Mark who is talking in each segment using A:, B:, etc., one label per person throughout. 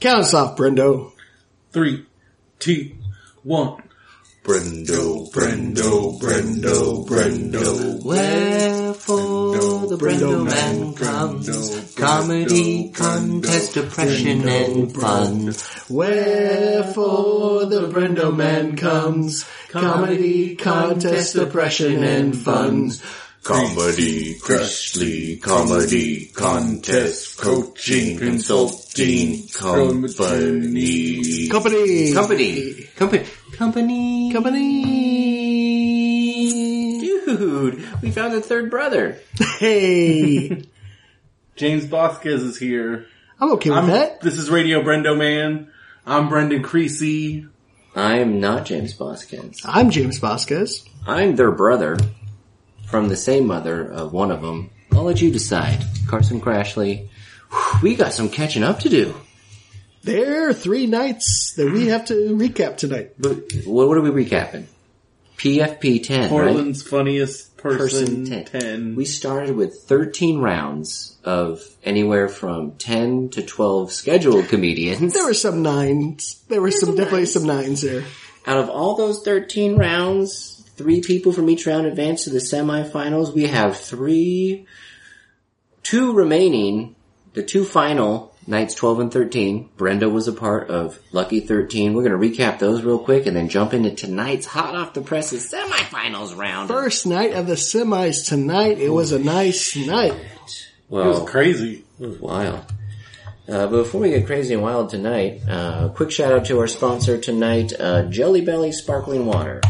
A: Count us off, Brendo.
B: Three, two, one.
C: Brendo, Brendo, Brendo, Brendo.
D: Wherefore the Brendo Man comes, comedy, contest, depression and fun.
A: Wherefore the Brendo man comes, comedy, contest, oppression, and fun.
C: Comedy, Crashly, Comedy, Contest, Coaching, Consulting, Company.
A: Company!
D: Company, company, company, company. Dude, we found the third brother.
A: Hey!
B: James Bosquez is here.
A: I'm okay with
B: I'm,
A: that.
B: this is Radio Brendo Man. I'm Brendan Creasy.
D: I am not James Boskins.
A: I'm James Vasquez.
D: I'm their brother from the same mother of one of them. I'll let you decide. Carson Crashley, Whew, we got some catching up to do.
A: There are three nights that we have to recap tonight.
D: But what, what are we recapping? PFP 10, right?
B: Portland's funniest person,
D: Person 10.
B: 10.
D: We started with 13 rounds of anywhere from 10 to 12 scheduled comedians.
A: There were some nines. There were some, definitely some nines there.
D: Out of all those 13 rounds, three people from each round advanced to the semifinals. We have three, two remaining, the two final nights 12 and 13. Brenda was a part of Lucky 13. We're going to recap those real quick and then jump into tonight's hot off the presses semifinals round.
A: First night of the semis tonight. It was a nice night.
D: Well,
B: It was crazy.
D: It was wild. Uh, but before we get crazy and wild tonight, uh, quick shout out to our sponsor tonight, uh, Jelly Belly Sparkling Water.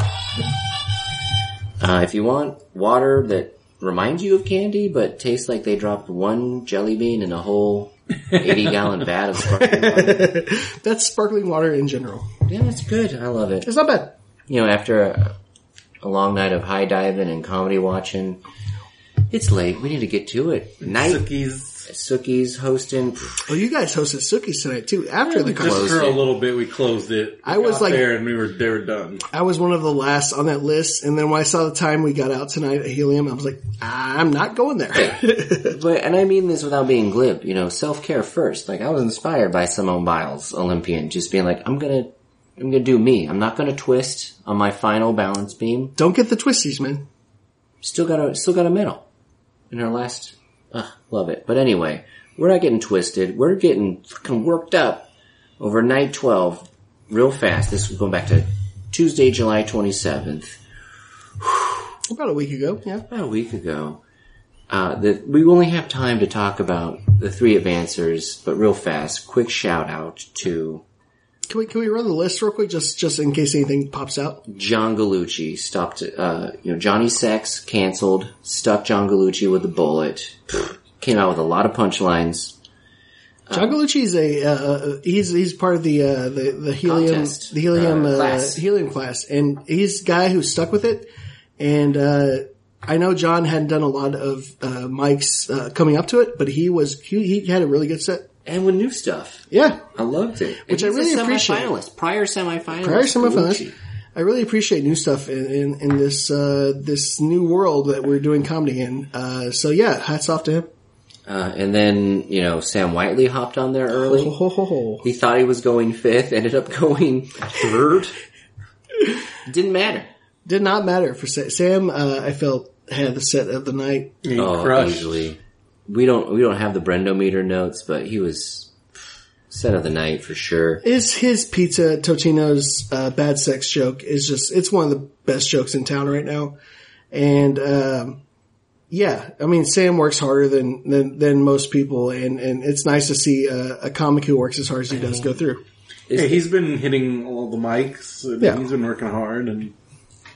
D: Uh, if you want water that reminds you of candy but tastes like they dropped one jelly bean in a whole 80 gallon vat of sparkling water,
A: That's sparkling water in general.
D: yeah, that's good. I love it.
A: It's not bad.
D: You know, after a, a long night of high diving and comedy watching, it's late. We need to get to it. Night
B: Suki's
D: Sookie's hosting.
A: Well, Oh, you guys hosted Suki's tonight too. After the concert,
B: just for a
D: it.
B: little bit, we closed it.
A: I
B: We
A: was
B: got
A: like-
B: there and we were they were
D: Oh,
B: done.
A: I was one of the last on that list. And then when I saw the time we got out tonight at Helium, I was like, I'm not going there.
D: But and I mean this without being glib, you know, self care first. Like I was inspired by Simone Biles, Olympian, just being like, I'm gonna, I'm gonna do me. I'm not gonna twist on my final balance beam.
A: Don't get the twisties, man.
D: Still got a, still got a medal in her last. Ugh, love it. But anyway, we're not getting twisted. We're getting fucking worked up over night twelve, real fast. This was going back to Tuesday, July twenty seventh.
A: About a week ago, yeah.
D: about a week ago uh, that we only have time to talk about the three advancers, but real fast, quick shout out to
A: Can we can we run the list real quick, just just in case anything pops out?
D: John Gallucci. Stopped, uh, you know, Johnny Sex canceled, stuck John Gallucci with a bullet, came out with a lot of punchlines.
A: John Gallucci is a uh, uh, he's he's part of the uh, the the helium
D: Contest.
A: the helium
D: Uh,
A: uh,
D: class.
A: helium class, and he's a guy who stuck with it. And uh, I know John hadn't done a lot of uh, mics uh, coming up to it, but he was he, he had a really good set.
D: And with new stuff.
A: Yeah,
D: I loved it.
A: Which I really appreciate.
D: Finalist, prior semifinalist.
A: prior to my finals,
D: Gallucci.
A: I really appreciate new stuff in in, in this uh, this new world that we're doing comedy in. Uh, so yeah, hats off to him.
D: Uh, and then, you know, Sam Whiteley hopped on there early.
A: Ho, ho, ho, ho.
D: He thought he was going fifth, ended up going third. Didn't matter.
A: Did not matter for Sa- Sam. Uh, I felt had the set of the night.
B: He crushed.
D: Oh, easily. We don't we don't have the Brendo meter notes, but he was set of the night for sure.
A: is his pizza Totino's uh, bad sex joke is just it's one of the best jokes in town right now, and um, yeah, I mean Sam works harder than than, than most people, and and it's nice to see a, a comic who works as hard as he does go through.
B: Yeah, he's been hitting all the mics. And
A: Yeah.
B: He's been working hard and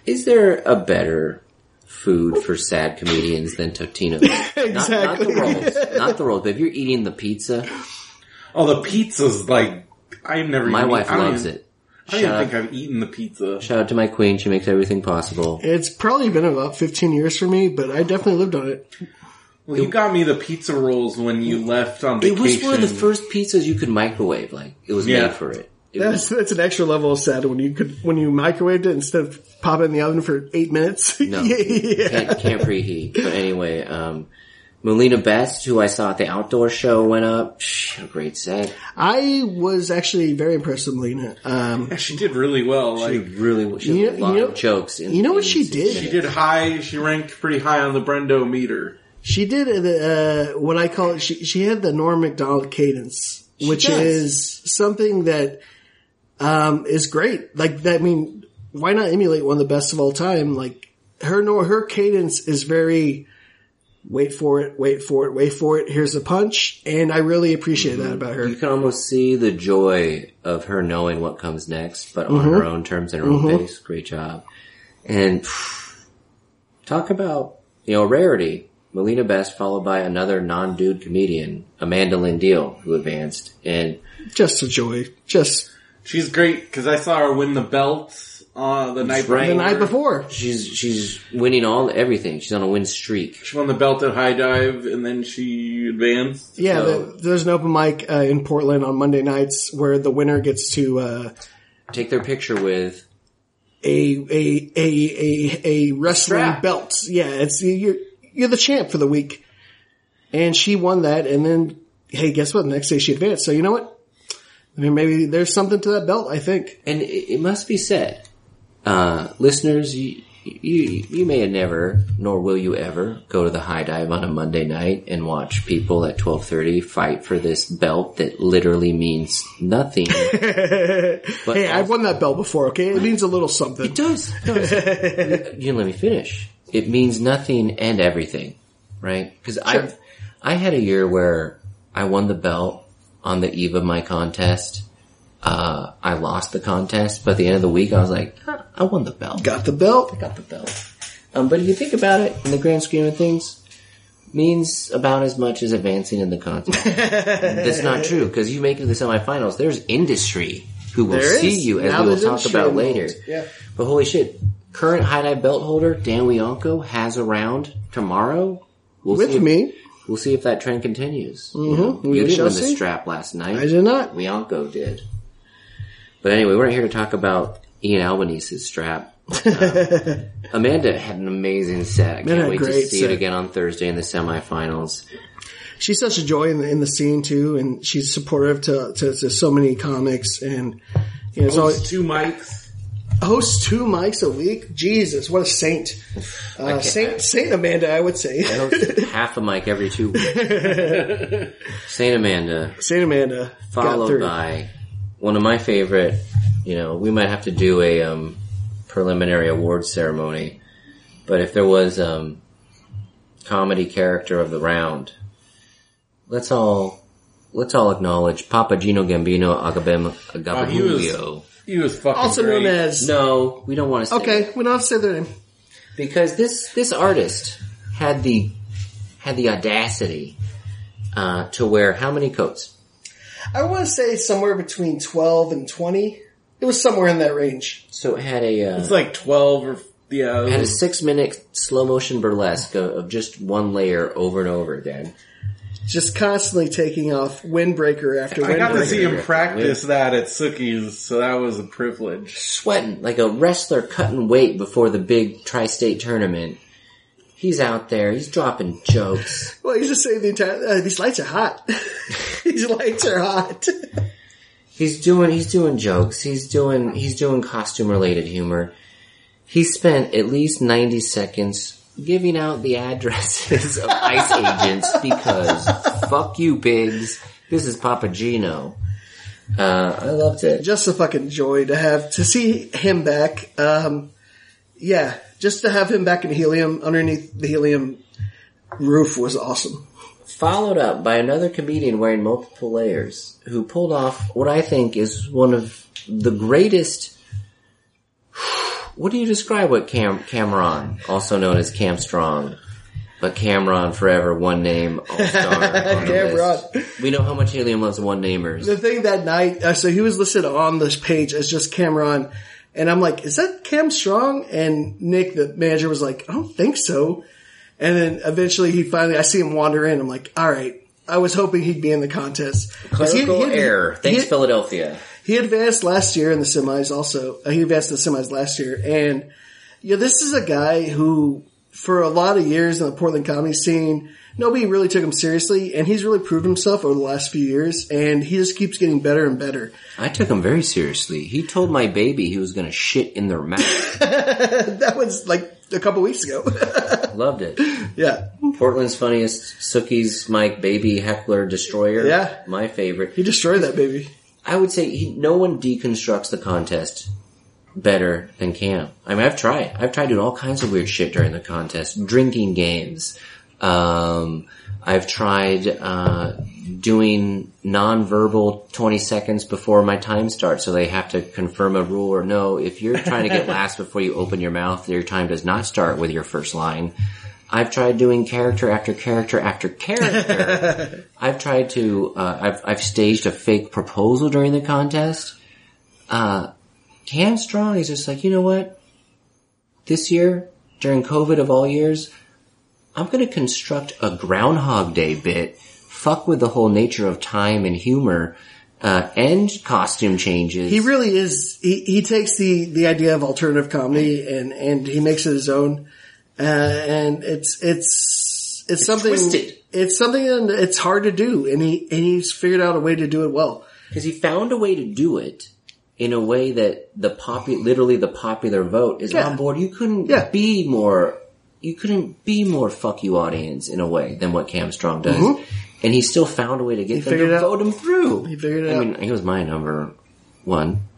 D: Is there a better food for sad comedians than Totino's? Not, not the
A: Exactly.
D: rolls, not the rolls. But if you're eating the pizza,
B: oh the pizza's like I've never.
D: my
B: even,
D: wife
B: I don't
D: loves
B: even-
D: it.
B: I don't even
D: Shout out,
B: think I've eaten the pizza.
D: shout out to my queen. She makes everything possible.
A: It's probably been about fifteen years for me, but I definitely lived on it.
B: Well, you got me the pizza rolls when you left on
D: It
B: vacation.
D: was one of the first pizzas you could microwave. Like it was
B: Yeah.
D: made for it. It
A: That's
D: was
A: that's an extra level of sad when you could when you microwaved it instead of pop it in the oven for eight minutes.
D: No.
A: yeah.
D: can't, can't preheat. But anyway, um, Melina Best, who I saw at the outdoor show, went up. She, a great set.
A: I was actually very impressed with Melina. Um,
B: Yeah, she did really well.
D: She
B: Like
D: really she had
A: You know-
D: a lot
A: you know-
D: of jokes. In,
A: you know what
D: in
A: she
D: six
A: did?
B: she
D: minutes.
B: did high. She ranked pretty high on the Brendo meter.
A: she did uh, what I call she she had the Norm Macdonald cadence, which
D: does.
A: is something that um, is great. Like that, I mean, why not emulate one of the best of all time? Like her nor her cadence is very. Wait for it, wait for it, wait for it. Here's the punch, and I really appreciate that about her.
D: You can almost see the joy of her knowing what comes next, but
A: Mm-hmm.
D: on her own terms and her own pace. Great job. And talk about, you know, rarity. Melina Best followed by another non-dude comedian, Amanda Lindeel, who advanced. And
A: Just a joy. Just
B: She's great because I saw her win the belt uh, the night
D: right.
A: the night before.
D: she's, she's winning all, everything. She's on a win streak.
B: She won the belt at high dive, and then she advanced.
A: Yeah,
D: So-
A: the, there's an open mic uh, in Portland on Monday nights where the winner gets to uh,
D: Take their picture with
A: a a a a, a wrestling
D: Strap.
A: belt. Yeah, it's you're you're the champ for the week, and she won that. And then hey, guess what? The next day she advanced. So you know what? I mean, maybe there's something to that belt. I think
D: and it, it must be said, uh, listeners, you, you you may never, nor will you ever, go to the high dive on a Monday night and watch people at twelve thirty fight for this belt that literally means nothing. but
A: hey, I've won that belt before. Okay, it means a little something.
D: it does. It does. Uh, you let me finish. It means nothing and everything, right? Because I, I had a year where I won the belt on the eve of my contest. Uh, I lost the contest, but at the end of the week, I was like, "Ah, I won the belt.
A: Got the belt.
D: Got the belt. Um, but if you think about it, in the grand scheme of things, means about as much as advancing in the contest. That's not true because you make it to the semifinals. There's industry who will
A: There is.
D: see you, as
A: Now
D: we will
A: there's
D: talk
A: industry
D: about
A: involved.
D: later.
A: Yeah.
D: But holy shit, current high dive belt holder Dan Wianco has a round tomorrow. We'll see
A: With
D: if-
A: me,
D: we'll see if that trend continues. You,
A: Mhm. We
D: you didn't
A: shall
D: win the
A: see.
D: strap last night.
A: I did not.
D: Wianco did. But anyway, we're not here to talk about Ian Albanese's strap. Um, Amanda had an amazing set. I can't
A: had a
D: wait to
A: great
D: see
A: set.
D: it again on Thursday in the semifinals.
A: she's such a joy in the in the scene too, and she's supportive to to, to so many comics and. You know,
D: Oh,
A: it's always-
B: Those two mics.
A: hosts two mics a week. Jesus, what a saint! Uh, saint Saint Amanda, I would say.
D: I don't half a mic every two weeks. Saint Amanda,
A: Saint Amanda got
D: followed
A: through.
D: by one of my favorite. You know, we might have to do a um, preliminary award ceremony, but if there was um, comedy character of the round, let's all let's all acknowledge Papa Gino Gambino Agabem
B: Oh, he was-
D: Agabamulio.
B: He was fucking
A: also
B: great.
A: known as.
D: No, we don't want to. Say
A: Okay, we don't have to say their name.
D: because this this artist had the had the audacity uh, to wear how many coats?
A: I want to say somewhere between twelve and twenty. It was somewhere in that range.
D: So it had a uh,
B: It's like twelve or yeah.
D: had a six minute slow motion burlesque of, of just one layer over and over again.
A: Just constantly taking off windbreaker after
B: I got to
A: windbreaker.
B: see him practice that at Sookie's, so that was a privilege.
D: sweating like a wrestler cutting weight before the big tri-state tournament. He's out there. He's dropping jokes.
A: Well, he's just saying the entire. Uh, these lights are hot. these lights are hot.
D: He's doing. He's doing jokes. He's doing. He's doing costume related humor. He spent at least ninety seconds giving out the addresses of ice agents because fuck you, Biggs. This is Papa Gino. Uh, I loved it.
A: just a fucking joy to have to see him back. Um, yeah, just to have him back in helium underneath the helium roof was awesome.
D: followed up by another comedian wearing multiple layers who pulled off what I think is one of the greatest. What do you describe what Cam Cameron, also known as Cam Strong, but Cameron forever, one name, all star.
A: Cameron.
D: Cameron. We know how much Helium loves one namers.
A: The thing that night, uh, so he was listed on this page as just Cameron, and I'm like, is that Cam Strong? And Nick, the manager, was like, I don't think so. And then eventually he finally, I see him wander in. I'm like, all right. I was hoping he'd be in the contest. 'Cause he-
D: Clerical
A: he had-
D: error. Thanks,
A: he-
D: Philadelphia.
A: He advanced last year in the semis also. Uh, he advanced in the semis last year. And, yeah, this is a guy who for a lot of years in the Portland comedy scene, nobody really took him seriously, and he's really proved himself over the last few years, and he just keeps getting better and better.
D: I took him very seriously. He told my baby he was going to shit in their mouth.
A: That was like a couple weeks ago.
D: Loved it.
A: yeah.
D: Portland's funniest, Sookie's Mike Baby Heckler Destroyer.
A: Yeah.
D: My favorite.
A: He destroyed that baby.
D: I would say he, no one deconstructs the contest better than Cam. I mean, I've tried. I've tried doing all kinds of weird shit during the contest. Drinking games. Um, I've tried uh, doing nonverbal 20 seconds before my time starts, so they have to confirm a rule or no. If you're trying to get last before you open your mouth, your time does not start with your first line. I've tried doing character after character after character. I've tried to, uh, I've, I've staged a fake proposal during the contest. Uh, Cam Strong is just like, you know what? This year, during COVID of all years, I'm gonna construct a Groundhog Day bit, fuck with the whole nature of time and humor, uh, and costume changes.
A: He really is. He, he takes the, the idea of alternative comedy and, and he makes it his own. Uh, and it's, it's, it's, something,
D: twisted.
A: it's something that it's hard to do and he, and he's figured out a way to do it well.
D: Because he found a way to do it in a way that the popu- literally the popular vote is
A: Yeah.
D: on board. You couldn't
A: Yeah.
D: be more, you couldn't be more fuck you audience in a way than what Cam Strong does. And he still found a way to get them
A: Mm-hmm. figured
D: to
A: it out.
D: vote him through.
A: He figured it
D: I
A: out.
D: mean, he was my number one.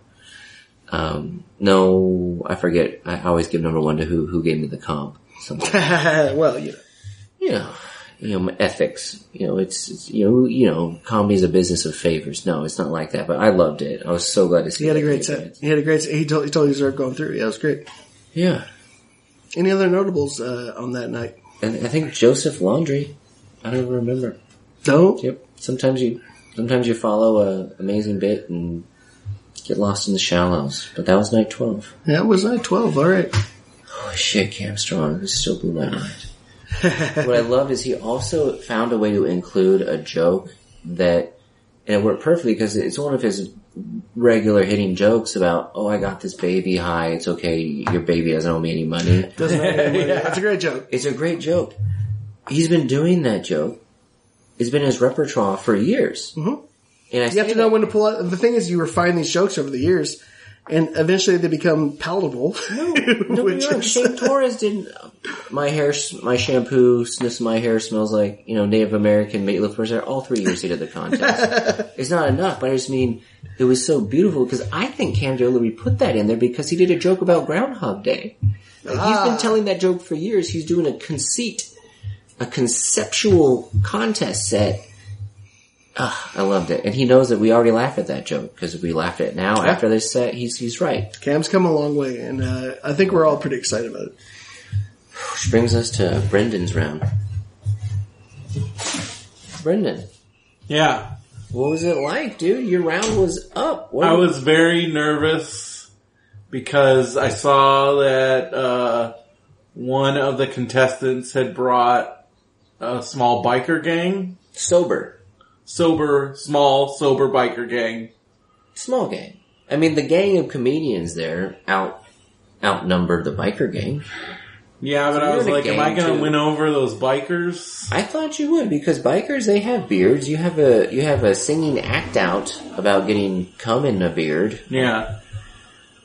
D: Um, no, I forget. I always give number one to who, who gave me the comp. Something
A: well, you know.
D: you know, you know, ethics. You know, it's, it's you know, you know, comedy's a business of favors. No, it's not like that. But I loved it. I was so glad to see.
A: He had a
D: that
A: great
D: they did
A: set.
D: it.
A: He had a great set. He totally, totally deserved going through. Yeah, it was great.
D: Yeah,
A: Any other notables, uh, on that night?
D: and I think Joseph Laundry. I don't even remember.
A: No?
D: Yep. Sometimes you, sometimes you follow a amazing bit and get lost in the shallows. But that was night twelve.
A: That was night 12. All right.
D: Holy shit, Cam Strong this still blew my mind. what I love is he also found a way to include a joke that, and it worked perfectly because it's one of his regular hitting jokes about, oh, I got this baby high. It's okay. Your baby doesn't owe me any money.
A: Doesn't matter anymore. That's a great joke.
D: It's a great joke. He's been doing that joke. It's been in his repertoire for years. Mm-hmm. And I
A: You have
D: say
A: to know
D: that-
A: when to pull out. The thing is, you refine these jokes over the years, and eventually they become palatable.
D: Don't get me
A: which
D: wrong,
A: is-
D: Shane Torres didn't. My hair, my shampoo sniffs my hair, smells like you know Native American meatloaf. Was there all three years he did the contest? it's not enough, but I just mean it was so beautiful because I think Cam Jollibee put that in there because he did a joke about Groundhog Day. Like, He's
A: Ah.
D: been telling that joke for years. He's doing a conceit, a conceptual contest set. Ugh, I loved it, and he knows that we already laugh at that joke because we laughed at it now. After this set, he's he's right.
A: Cam's come a long way, and uh, I think we're all pretty excited about it.
D: Which brings us to Brendan's round. Brendan,
B: Yeah.
D: what was it like, dude? Your round was up. What
B: I was very nervous because I saw that uh, one of the contestants had brought a small biker gang,
D: sober.
B: sober, small, sober biker gang.
D: Small gang. I mean, the gang of comedians there out outnumbered the biker gang.
B: Yeah, but I
D: You're
B: was
D: the
B: like, am
D: gang,
B: I going
D: too.
B: to win over those bikers?
D: I thought you would because bikers they have beards. You have a you have a singing act out about getting cum in a beard.
B: Yeah.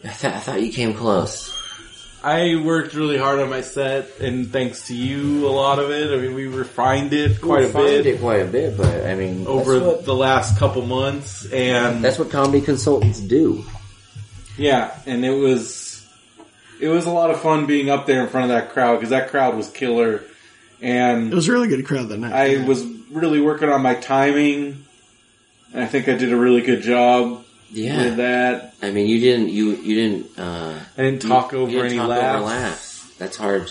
D: I, th- I thought you came close.
B: I worked really hard on my set, and thanks to you, a lot of it. I mean, we refined it quite a
D: Refined
B: bit
D: it quite a bit, but I mean,
B: over
D: that's what,
B: the last couple months, and
D: that's what comedy consultants do.
B: yeah, and it was it was a lot of fun being up there in front of that crowd because that crowd was killer,
A: It
B: and
A: was a really good crowd that night.
B: I was really working on my timing. And I think I did a really good job
D: Yeah,
B: with that.
D: I mean, you didn't you you didn't uh,
B: I didn't talk
D: you
B: over
D: didn't
B: any
D: talk
B: laughs.
D: over laughs. That's hard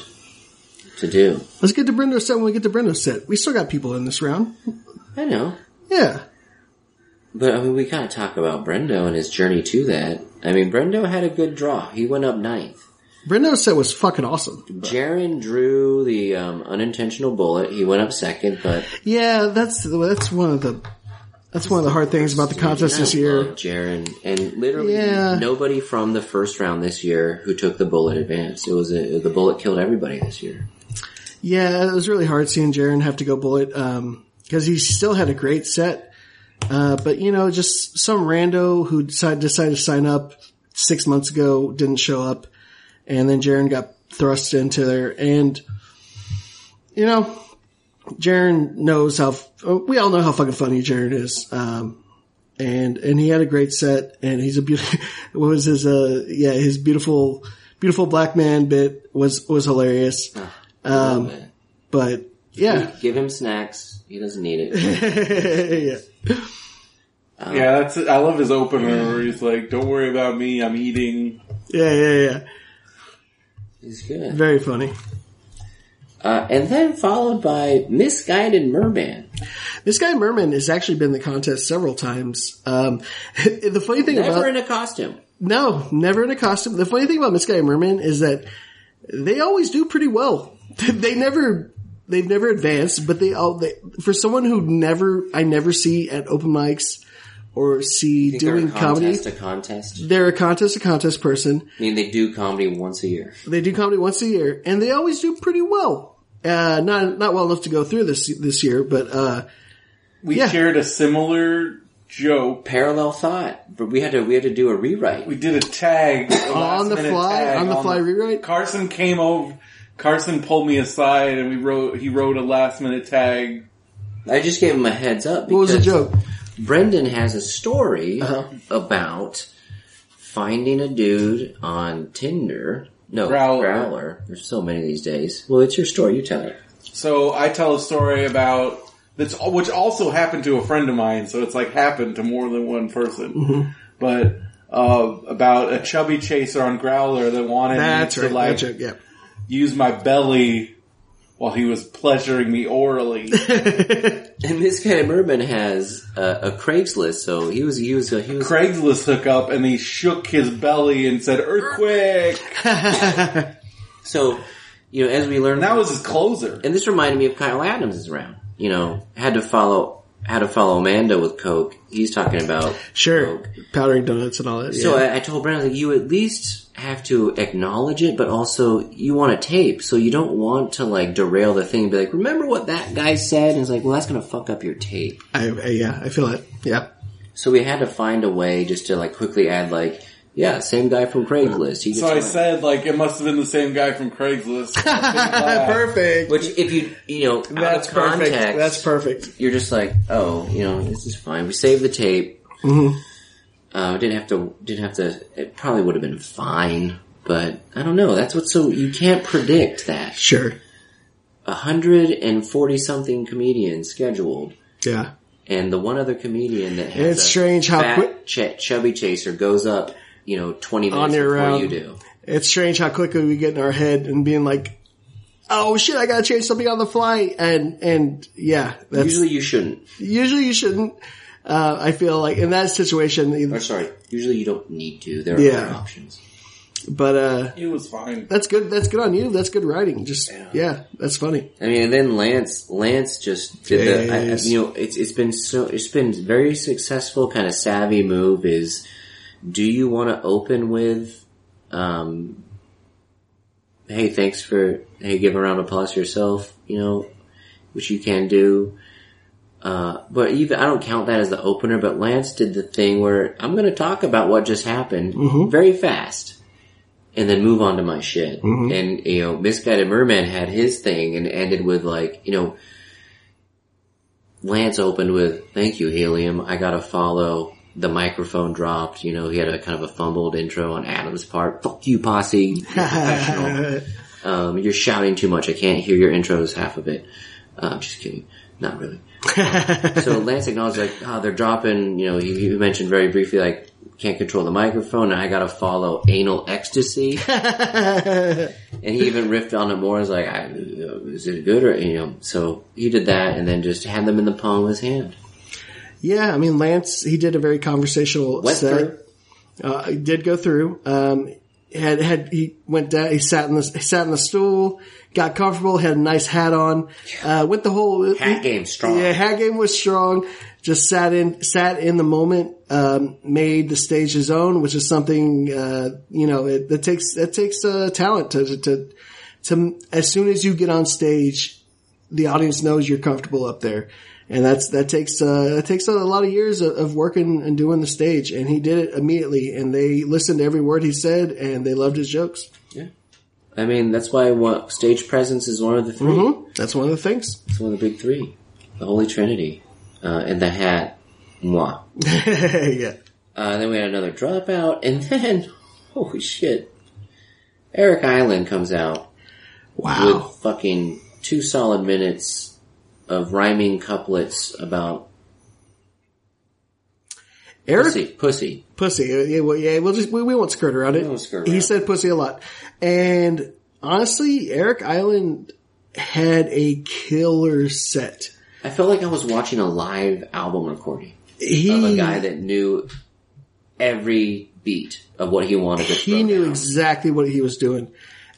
D: to do.
A: Let's get to Brendo's set when we get to Brendo's set. We still got people in this round.
D: I know,
A: Yeah.
D: but I mean, we gotta talk about Brendo and his journey to that. I mean, Brendo had a good draw. He went up ninth.
A: Brendo's set was fucking awesome.
D: Jaron drew the um, unintentional bullet. He went up second, but
A: Yeah, that's that's one of the that's one of the hard things about the contest this year.
D: Jaron and literally
A: Yeah.
D: nobody from the first round this year who took the bullet advanced. It was a, the bullet killed everybody this year.
A: Yeah, it was really hard seeing Jaron have to go bullet um, because he still had a great set, uh, but you know, just some rando who decided decided to sign up six months ago didn't show up, and then Jaron got thrust into there, and you know, Jaron knows how f- oh, we all know how fucking funny Jaron is. Um, and and he had a great set, and he's a beautiful. what was his uh yeah his beautiful beautiful black man bit was was hilarious. Um,
D: Love it.
A: but yeah,
D: Give him snacks. He doesn't need it.
A: yeah, Oh.
B: Yeah, that's. I love his opener where he's like, "Don't worry about me, I'm eating."
A: yeah, yeah, yeah.
D: He's good.
A: Very funny.
D: Uh, and then followed by Misguided Merman.
A: This guy Merman has actually been in the contest several times. Um, the funny thing
D: Never
A: about
D: in a costume.
A: no, never in a costume. The funny thing about Miss Guy Merman is that they always do pretty well. they never, they've never advanced, but they all, they, for someone who never, I never see at open mics or see doing
D: They're a contest,
A: comedy,
D: A contest.
A: they're a contest to contest person.
D: I mean, they do comedy once a year.
A: They do comedy once a year, and they always do pretty well. Uh, not not well enough to go through this this year, but uh,
B: We
A: Yeah.
B: shared a similar joke.
D: Parallel thought, but we had to we had to do a rewrite.
B: We did a tag a
A: on the
B: last-minute
A: fly,
B: tag
A: on the fly rewrite.
B: Carson came over. Carson pulled me aside, and we wrote. He wrote a last minute tag.
D: I just gave him a heads up.
A: What was the
D: because
A: joke?
D: Brendan has a story
A: Uh-huh.
D: about finding a dude on Tinder. No,
B: Growler.
D: Growler. There's so many these days. Well, it's your story. You tell it.
B: So I tell a story about that's which also happened to a friend of mine. So it's like happened to more than one person,
A: Mm-hmm.
B: but uh, about a chubby chaser on Growler that wanted
A: That's
B: me to
A: right,
B: like
A: that joke. Yeah,
B: use my belly while he was pleasuring me orally.
D: And this guy Merman has a, a Craigslist, so he was he was he was
B: Craigslist hookup, and he shook his belly and said earthquake.
D: so you know as we
B: And
D: learned
B: that was his closer.
D: and this reminded me of Kyle Adams' round. You know, had to follow had to follow Amanda with Coke. He's talking about
A: sure.
D: Coke.
A: Powdering donuts and all that.
D: So uh,
A: yeah.
D: I, I told Brandon, like, you at least have to acknowledge it, but also you want to tape, so you don't want to like derail the thing and be like, remember what that guy said? And it's like, well, that's gonna fuck up your tape.
A: I, I, yeah, I feel it. Yeah.
D: So we had to find a way just to like quickly add like, yeah, same guy from Craigslist. He gets
B: So I
D: one.
B: said, like, it must have been the same guy from Craigslist.
A: perfect.
D: which if you you know out
A: That's
D: of
A: perfect.
D: context,
A: That's perfect.
D: you're just like, oh, you know, this is fine. We saved the tape.
A: Mm-hmm.
D: Uh, didn't have to, didn't have to, it probably would have been fine, but I don't know. That's what's so, you can't predict that.
A: Sure.
D: A hundred and forty something comedians scheduled,
A: Yeah.
D: and the one other comedian that has
A: It's
D: a
A: strange how
D: fat
A: quick-
D: ch- chubby chaser goes up, you know, 20 minutes
A: On your
D: before
A: round.
D: you do.
A: It's strange how quickly we get in our head and being like, "Oh shit, I gotta change something on the fly," and and yeah, that's usually,
D: Usually you shouldn't.
A: you shouldn't. Uh, I feel like in that situation,
D: Or sorry, usually you don't need to. There are
A: Yeah.
D: other options.
A: but uh,
B: it was fine.
A: that's good. That's good on you. That's good writing. Just yeah, that's funny.
D: I mean, and then Lance, Lance just did the, I- I-
A: Yes.
D: you know, it's, it's been so, it's been very successful kind of savvy move is, do you want to open with, um, hey, thanks for, hey, give a round of applause to yourself, you know, which you can do. Uh, but even, I don't count that as the opener, but Lance did the thing where I'm going to talk about what just happened very fast and then move on to my shit. And you know, Misguided Merman had his thing and ended with like, you know, Lance opened with "Thank you, Helium. I gotta follow." The microphone dropped. You know, he had a kind of a fumbled intro on Adam's part. Fuck you, posse. You're professional. um, you're shouting too much. I can't hear your intros. Half of it. Uh, I'm just kidding. Not really. so Lance acknowledged like, oh, they're dropping, you know, he, he mentioned very briefly like, can't control the microphone and I gotta follow anal ecstasy. and he even riffed on it more as like, I, is it good or, you know, so he did that and then just had them in the palm of his hand.
A: Yeah, I mean Lance, he did a very conversational
D: Went
A: set.
D: through.
A: uh, he did go through. Um, had had he went down, he sat in the he sat in the stool, got comfortable, had a nice hat on. Uh, went the whole
D: Hat game strong.
A: Yeah, hat game was strong. Just sat in sat in the moment. Um, made the stage his own, which is something uh, you know it, that takes that takes uh, talent to to to as soon as you get on stage, the audience knows you're comfortable up there. And that's, that takes, uh, that takes a lot of years of, of working and doing the stage. And he did it immediately and they listened to every word he said and they loved his jokes.
D: I mean, that's why what, stage presence is one of the 3
A: hmm That's one of the things.
D: It's one of the big three. The Holy Trinity. Uh, and the hat. Mwah.
A: yeah.
D: Uh, then we had another dropout, and then, holy shit, Eric Island comes out with
A: Wow.
D: fucking two solid minutes of rhyming couplets about
A: Eric
D: pussy. Pussy.
A: pussy. Uh, Yeah, well, yeah, we'll just we, we won't skirt around it.
D: won't skirt
A: He
D: around.
A: said pussy a lot, and honestly, Eric Island had a killer set.
D: I felt like I was watching a live album recording
A: He
D: of a guy that knew every beat of what he wanted to
A: he
D: throw
A: knew
D: down.
A: exactly what he was doing,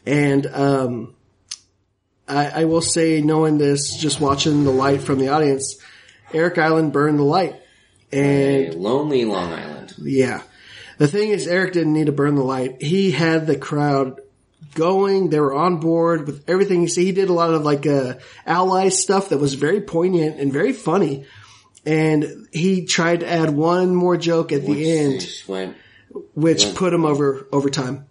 A: and um, I, I will say, knowing this, just watching the light from the audience, Eric Island burned the light, and
D: A lonely Long Island.
A: Yeah. The thing is, Eric didn't need to burn the light. He had the crowd going. They were on board with everything. He said he did a lot of like, uh, ally stuff that was very poignant and very funny. And he tried to add one more joke at
D: which
A: the end,
D: just went
A: which put him over, over time.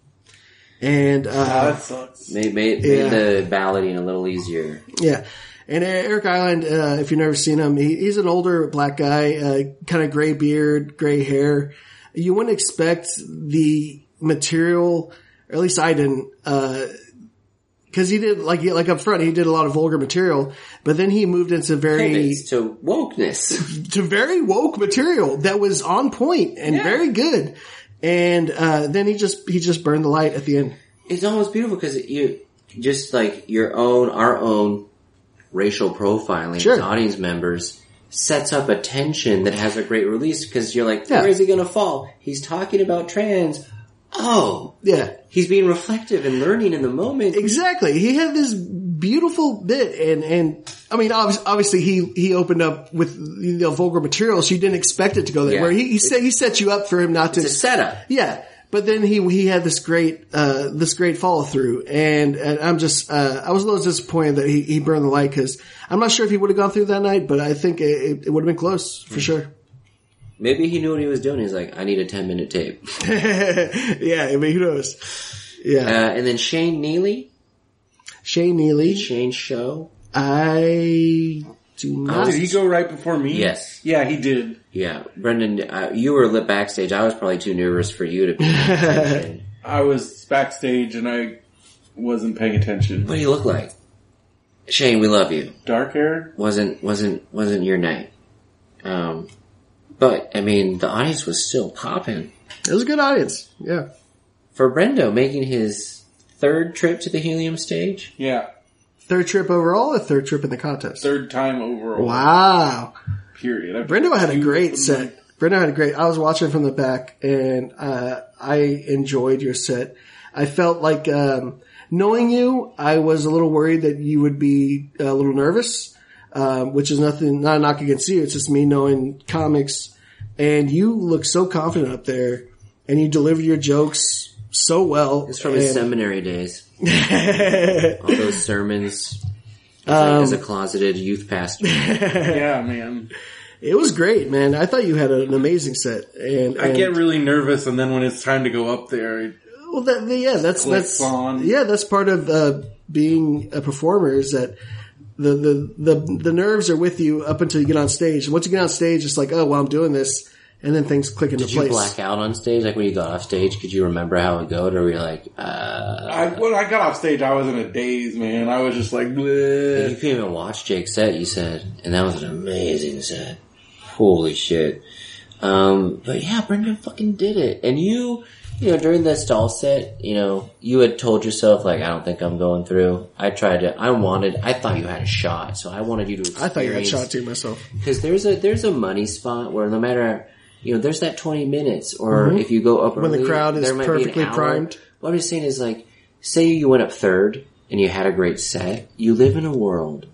A: And, uh,
B: that sucks.
D: made, made,
A: Yeah.
D: made the balloting a little easier.
A: yeah. And Eric Island, uh, if you've never seen him, he, he's an older black guy, uh, kind of gray beard, gray hair. You wouldn't expect the material, or at least I didn't, uh 'cause cause he did like, he- like up front, he did a lot of vulgar material, but then he moved into very,
D: Pivots to wokeness.
A: to very woke material that was on point and very good. And, uh, then he just, he just burned the light at the end.
D: It's almost beautiful because you just like your own, our own racial profiling
A: Sure.
D: as audience members sets up a tension that has a great release because you're like,
A: Yeah.
D: where is he going to fall? He's talking about trans. Oh,
A: Yeah.
D: he's being reflective and learning in the moment.
A: Exactly. He had this beautiful bit and, and I mean, obviously, obviously he, he opened up with, you know, vulgar material, so you didn't expect it to go there.
D: Yeah.
A: Where he, he said, he set you up for him not to.
D: It's a setup.
A: yeah. But then he, he had this great, uh, this great follow through and, and I'm just, uh, I was a little disappointed that he, he burned the light cause I'm not sure if he would have gone through that night, but I think it, it, would have been close
D: Hmm.
A: for sure.
D: Maybe he knew what he was doing. He's like, I need a 10 minute tape.
A: yeah. I mean, who knows? Yeah.
D: Uh, and then Shane Neely,
A: Shane Neely.
D: Shane Show.
A: I do
D: Oh,
A: not.
B: Did he go right before me?
D: Yes.
B: Yeah, he did.
D: Yeah, Brendan, uh, you were lit backstage. I was probably too nervous for you to be paying attention.
B: I was backstage and I wasn't paying attention.
D: What do you look like? Shane, we love you.
B: Dark hair?
D: Wasn't wasn't wasn't your night. Um, but I mean, the audience was still popping
A: It was a good audience. Yeah.
D: for Brendo making his third trip to the Helium stage.
B: Yeah.
A: Third trip overall or third trip in the contest?
B: Third time overall.
A: Wow.
B: Period. I-
A: Brendo had a great set. Brendo had a great, I was watching from the back and, uh, I enjoyed your set. I felt like, um, knowing you, I was a little worried that you would be a little nervous, um, which is nothing, not a knock against you. It's just me knowing comics and you look so confident up there and you deliver your jokes so well.
D: It's from his
A: and-
D: seminary days. All those sermons. As, a, as a closeted youth pastor,
B: Yeah, man.
A: It was great, man. I thought you had an amazing set, and,
B: I
A: and-
B: get really nervous and then when it's time to go up there, it-
A: well. That, yeah, that's that's
B: on.
A: yeah, that's part of uh, being a performer is that the, the the the nerves are with you up until you get on stage. And once you get on stage, it's like, oh, well, I'm doing this, and then things click into
D: did you
A: place.
D: black out on stage? Like when you got off stage, could you remember how it go? Or were you like, uh,
B: I, when I got off stage, I was in a daze, man. I was just like,
D: You
B: bleh.
D: couldn't even watch Jake's set, you said. And that was an amazing set. Holy shit. Um, but yeah, Brendan fucking did it. And you, you know, during the stall set, you know, you had told yourself, like, I don't think I'm going through. I tried to, I wanted, I thought you had a shot, so I wanted you to
A: I
D: experience.
A: thought you had shot too myself.
D: Cause there's a, there's a money spot where no matter, you know, there's that 20 minutes, or if you go up
A: Mm-hmm. the
D: early,
A: crowd is
D: there might be an
A: perfectly
D: hour.
A: primed.
D: What I'm just saying is like, say you went up third and you had a great set, you live in a world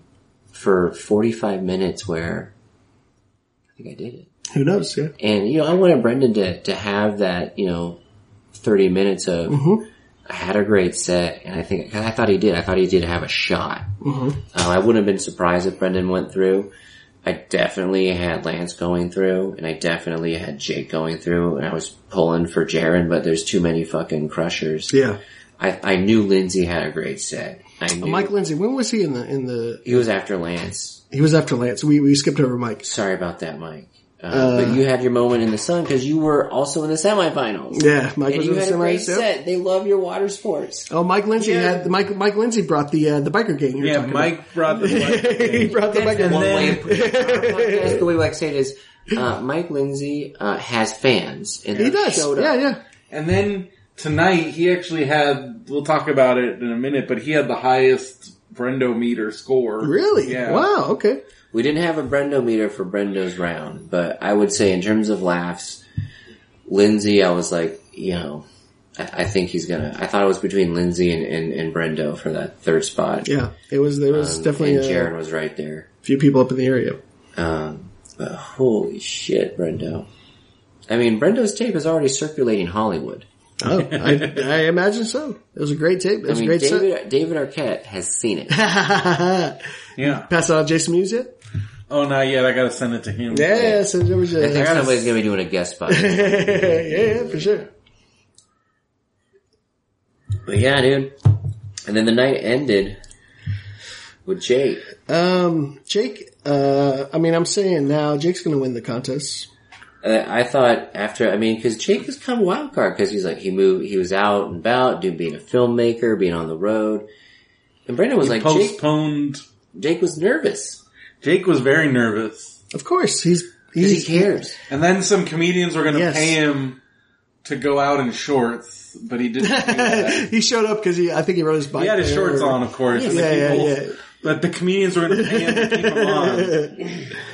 D: for 45 minutes where I think I did it.
A: Who knows? Yeah,
D: And, you know, I wanted Brendan to, to have that, you know, 30 minutes of, had a great set, and I think I thought he did. I thought he did have a shot. Uh, I wouldn't have been surprised if Brendan went through. I definitely had Lance going through, and I definitely had Jake going through, and I was pulling for Jaron, but there's too many fucking crushers.
A: Yeah.
D: I, I knew Lindsay had a great set. I knew
A: Mike Lindsay, when was he in the, in the,
D: he was after Lance.
A: he was after Lance. We, we skipped over Mike.
D: Sorry about that, Mike. Uh, but you had your moment in the sun because you were also in the semifinals.
A: Yeah. Mike
D: And
A: was
D: you
A: in the
D: had a great
A: semis. Yep.
D: set. They love your water sports.
A: Oh, Mike Lindsay
B: Yeah.
A: had, Mike, Mike Lindsay brought the, uh, the biker gang. you were
B: Yeah,
A: talking
B: Mike brought the
A: about. he brought the biker
D: That's one
A: gang.
D: way of putting it. Our podcast, the way we like to say it is, uh, Mike Lindsay uh, has fans, and
A: He
D: they
A: does.
D: showed
A: Yeah,
D: up.
A: yeah.
B: And then tonight he actually had. We'll talk about it in a minute, but he had the highest Brendo meter score.
A: Really?
B: Yeah.
A: Wow. Okay.
D: We didn't have a Brendo meter for Brendo's round, but I would say in terms of laughs, Lindsay, I was like, you know, I, I think he's gonna. I thought it was between Lindsay and, and, and Brendo for that third spot.
A: Yeah. It was, there was
D: Um,
A: definitely
D: and
A: a
D: Jared was right there.
A: few people up in the area.
D: Um, but holy shit, Brendo. I mean, Brendo's tape is already circulating Hollywood.
A: Oh, I, I imagine so. It was a great tape. It
D: I
A: was
D: mean,
A: a great
D: David, David Arquette has seen it.
A: set.
B: Yeah.
A: Pass out Jason Mewes yet?
B: Oh, not yet. I gotta send it to him.
A: Yeah, so there was
D: I think
A: a,
D: somebody's gonna be doing a guest spot.
A: yeah, yeah, for sure.
D: but yeah, dude. And then the night ended with Jake.
A: Um, Jake, uh, I mean, I'm saying now Jake's going to win the contest.
D: Uh, I thought after, I mean, cause Jake has kind of wild card cause he's like, he moved, he was out and about, dude, being a filmmaker, being on the road. And Brandon was like, Jake,
B: Postponed.
D: Jake was nervous.
B: Jake was very nervous,
A: Of course, he's,
D: 'Cause
A: he's,
D: he cares.
B: and then some comedians were gonna
A: Yes.
B: pay him to go out in shorts, but he didn't. Do that.
A: he showed up because he, I think he rode his bike.
B: he had his
A: there.
B: shorts on, of course. and the
A: Yeah, yeah,
B: people-
A: yeah.
B: But the comedians were gonna pay him to keep him on.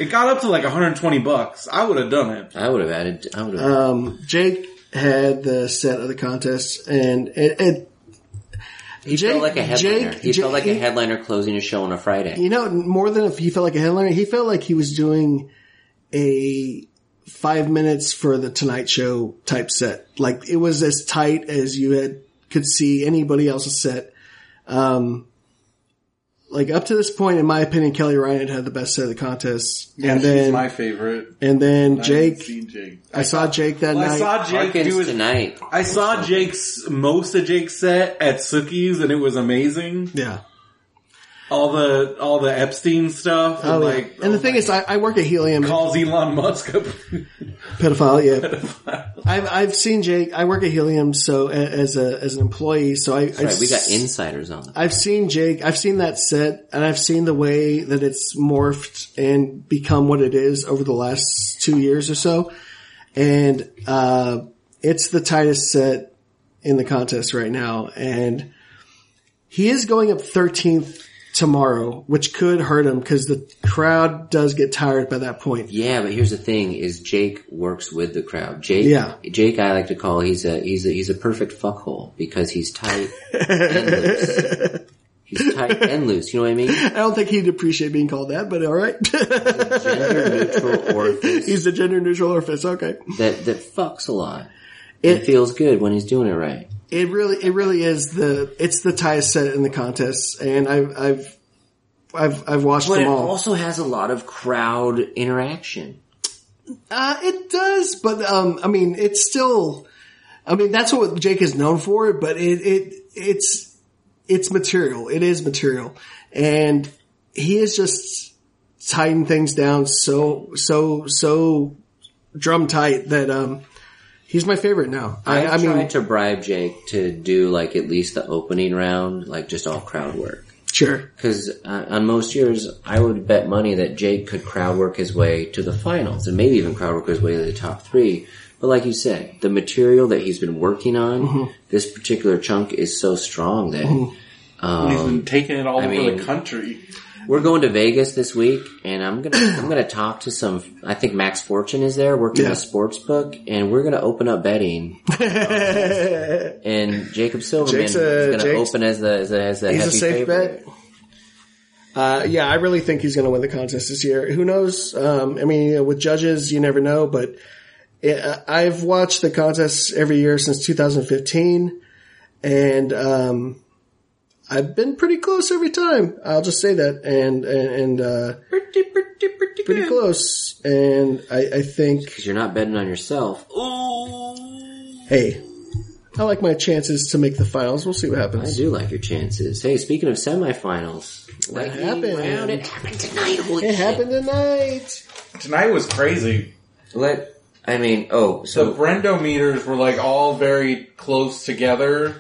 B: It got up to like 120 bucks. I would have done it.
D: I would have added, I would have,
A: Um, Jake had the set of the contest and it, it
D: he
A: Jake-
D: felt like a headliner.
A: Jake-
D: he
A: Jake-
D: felt like a headliner closing a show on a Friday.
A: you know, more than if he felt like a headliner, he felt like he was doing a five minutes for the Tonight Show type set. Like it was as tight as you had could see anybody else's set. Um, like up to this point, in my opinion, Kelly Ryan had the best set of the contest,
B: Yeah,
A: and
B: she's
A: then
B: my favorite.
A: and then
B: I haven't
A: Jake.
B: seen Jake.
A: I saw Jake that
B: Well,
A: night.
B: I saw Jake
D: Harkins
B: do his.
D: tonight.
B: I saw Jake's most of Jake's set at Sookie's, and it was amazing.
A: yeah.
B: All the all the Epstein stuff.
A: Oh,
B: and
A: yeah.
B: like
A: and the thing is, I, I work at Helium.
B: calls Elon Musk up.
A: pedophile. Yeah, I've I've seen Jake. I work at Helium, so a- as a as an employee, so I I've,
D: Right, we got insiders on the
A: have seen Jake. I've seen that set, and I've seen the way that it's morphed and become what it is over the last two years or so, and uh, it's the tightest set in the contest right now, and he is going up thirteenth. Tomorrow, which could hurt him because the crowd does get tired by that point.
D: Yeah, but here's the thing: is Jake works with the crowd. Jake,
A: Yeah.
D: Jake, I like to call he's a he's a he's a perfect fuckhole because he's tight and loose. He's tight and loose. You know what I mean?
A: I don't think he'd appreciate being called that, but all right.
D: Gender neutral orifice
A: He's a gender neutral orifice. Okay.
D: that that fucks a lot. It feels good when he's doing it right.
A: It really, it really is the, it's the tightest set in the contest. And I've, I've, I've, I've watched
D: But it
A: them all.
D: also has a lot of crowd interaction.
A: uh, it does, but, um, I mean, it's still, I mean, that's what Jake is known for, but it, it, it's, it's material. It is material. And he is just tighten things down so, so, so drum tight that, um, he's my favorite now.
D: I,
A: I, I mean,
D: tried to bribe Jake to do like at least the opening round, like just all crowd work.
A: sure.
D: Because uh, on most years, I would bet money that Jake could crowd work his way to the finals, and maybe even crowd work his way to the top three. But like you said, the material that he's been working on,
A: Mm-hmm.
D: this particular chunk is so strong that
B: He's been taking it all over
D: mean-
B: the country.
D: we're going to Vegas this week, and I'm gonna I'm gonna talk to some. I think Max Fortune is there working
A: Yeah.
D: a sports book, and we're gonna open up betting. and Jacob Silverman
A: Jake's
D: is
A: a-
D: gonna
A: Jake's-
D: open as the as the, as the
A: He's
D: heavy
A: a safe
D: favorite.
A: bet. Uh, yeah, I really think he's going to win the contest this year. Who knows? Um, I mean, you know, with judges, you never know, uh, but it, I've watched the contest every year since 2015 and um, I've been pretty close every time. I'll just say that, and and, and uh,
D: Pretty, pretty, pretty,
A: pretty
D: good.
A: close. And I, I think,
D: 'Cause You're not betting on yourself.
A: hey, I like my chances to make the finals. We'll see what
D: I
A: happens.
D: do like your chances. Hey, speaking of semifinals, lightning
A: happened.
D: round, it happened tonight. Holy
A: It
D: shit.
A: happened tonight.
B: Tonight was crazy.
D: Let I mean, oh,
B: The
D: so
B: Brendo meters were like all very close together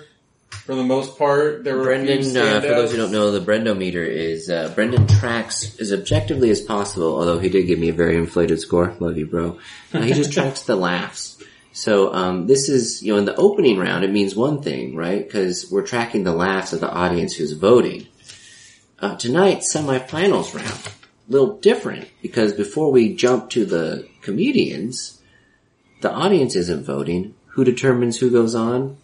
B: for the most part. There were a few
D: Brendan, uh, for those who
B: standouts.
D: don't know, the Brendo meter is uh, Brendan tracks as objectively as possible. Although he did give me a very inflated score. Love you, bro. Uh, he just tracks the laughs. So um, this is you know in the opening round it means one thing, right? Because we're tracking the laughs of the audience who's voting. Uh, tonight's semifinals round a little different because before we jump to the comedians, the audience isn't voting. Who determines who goes on?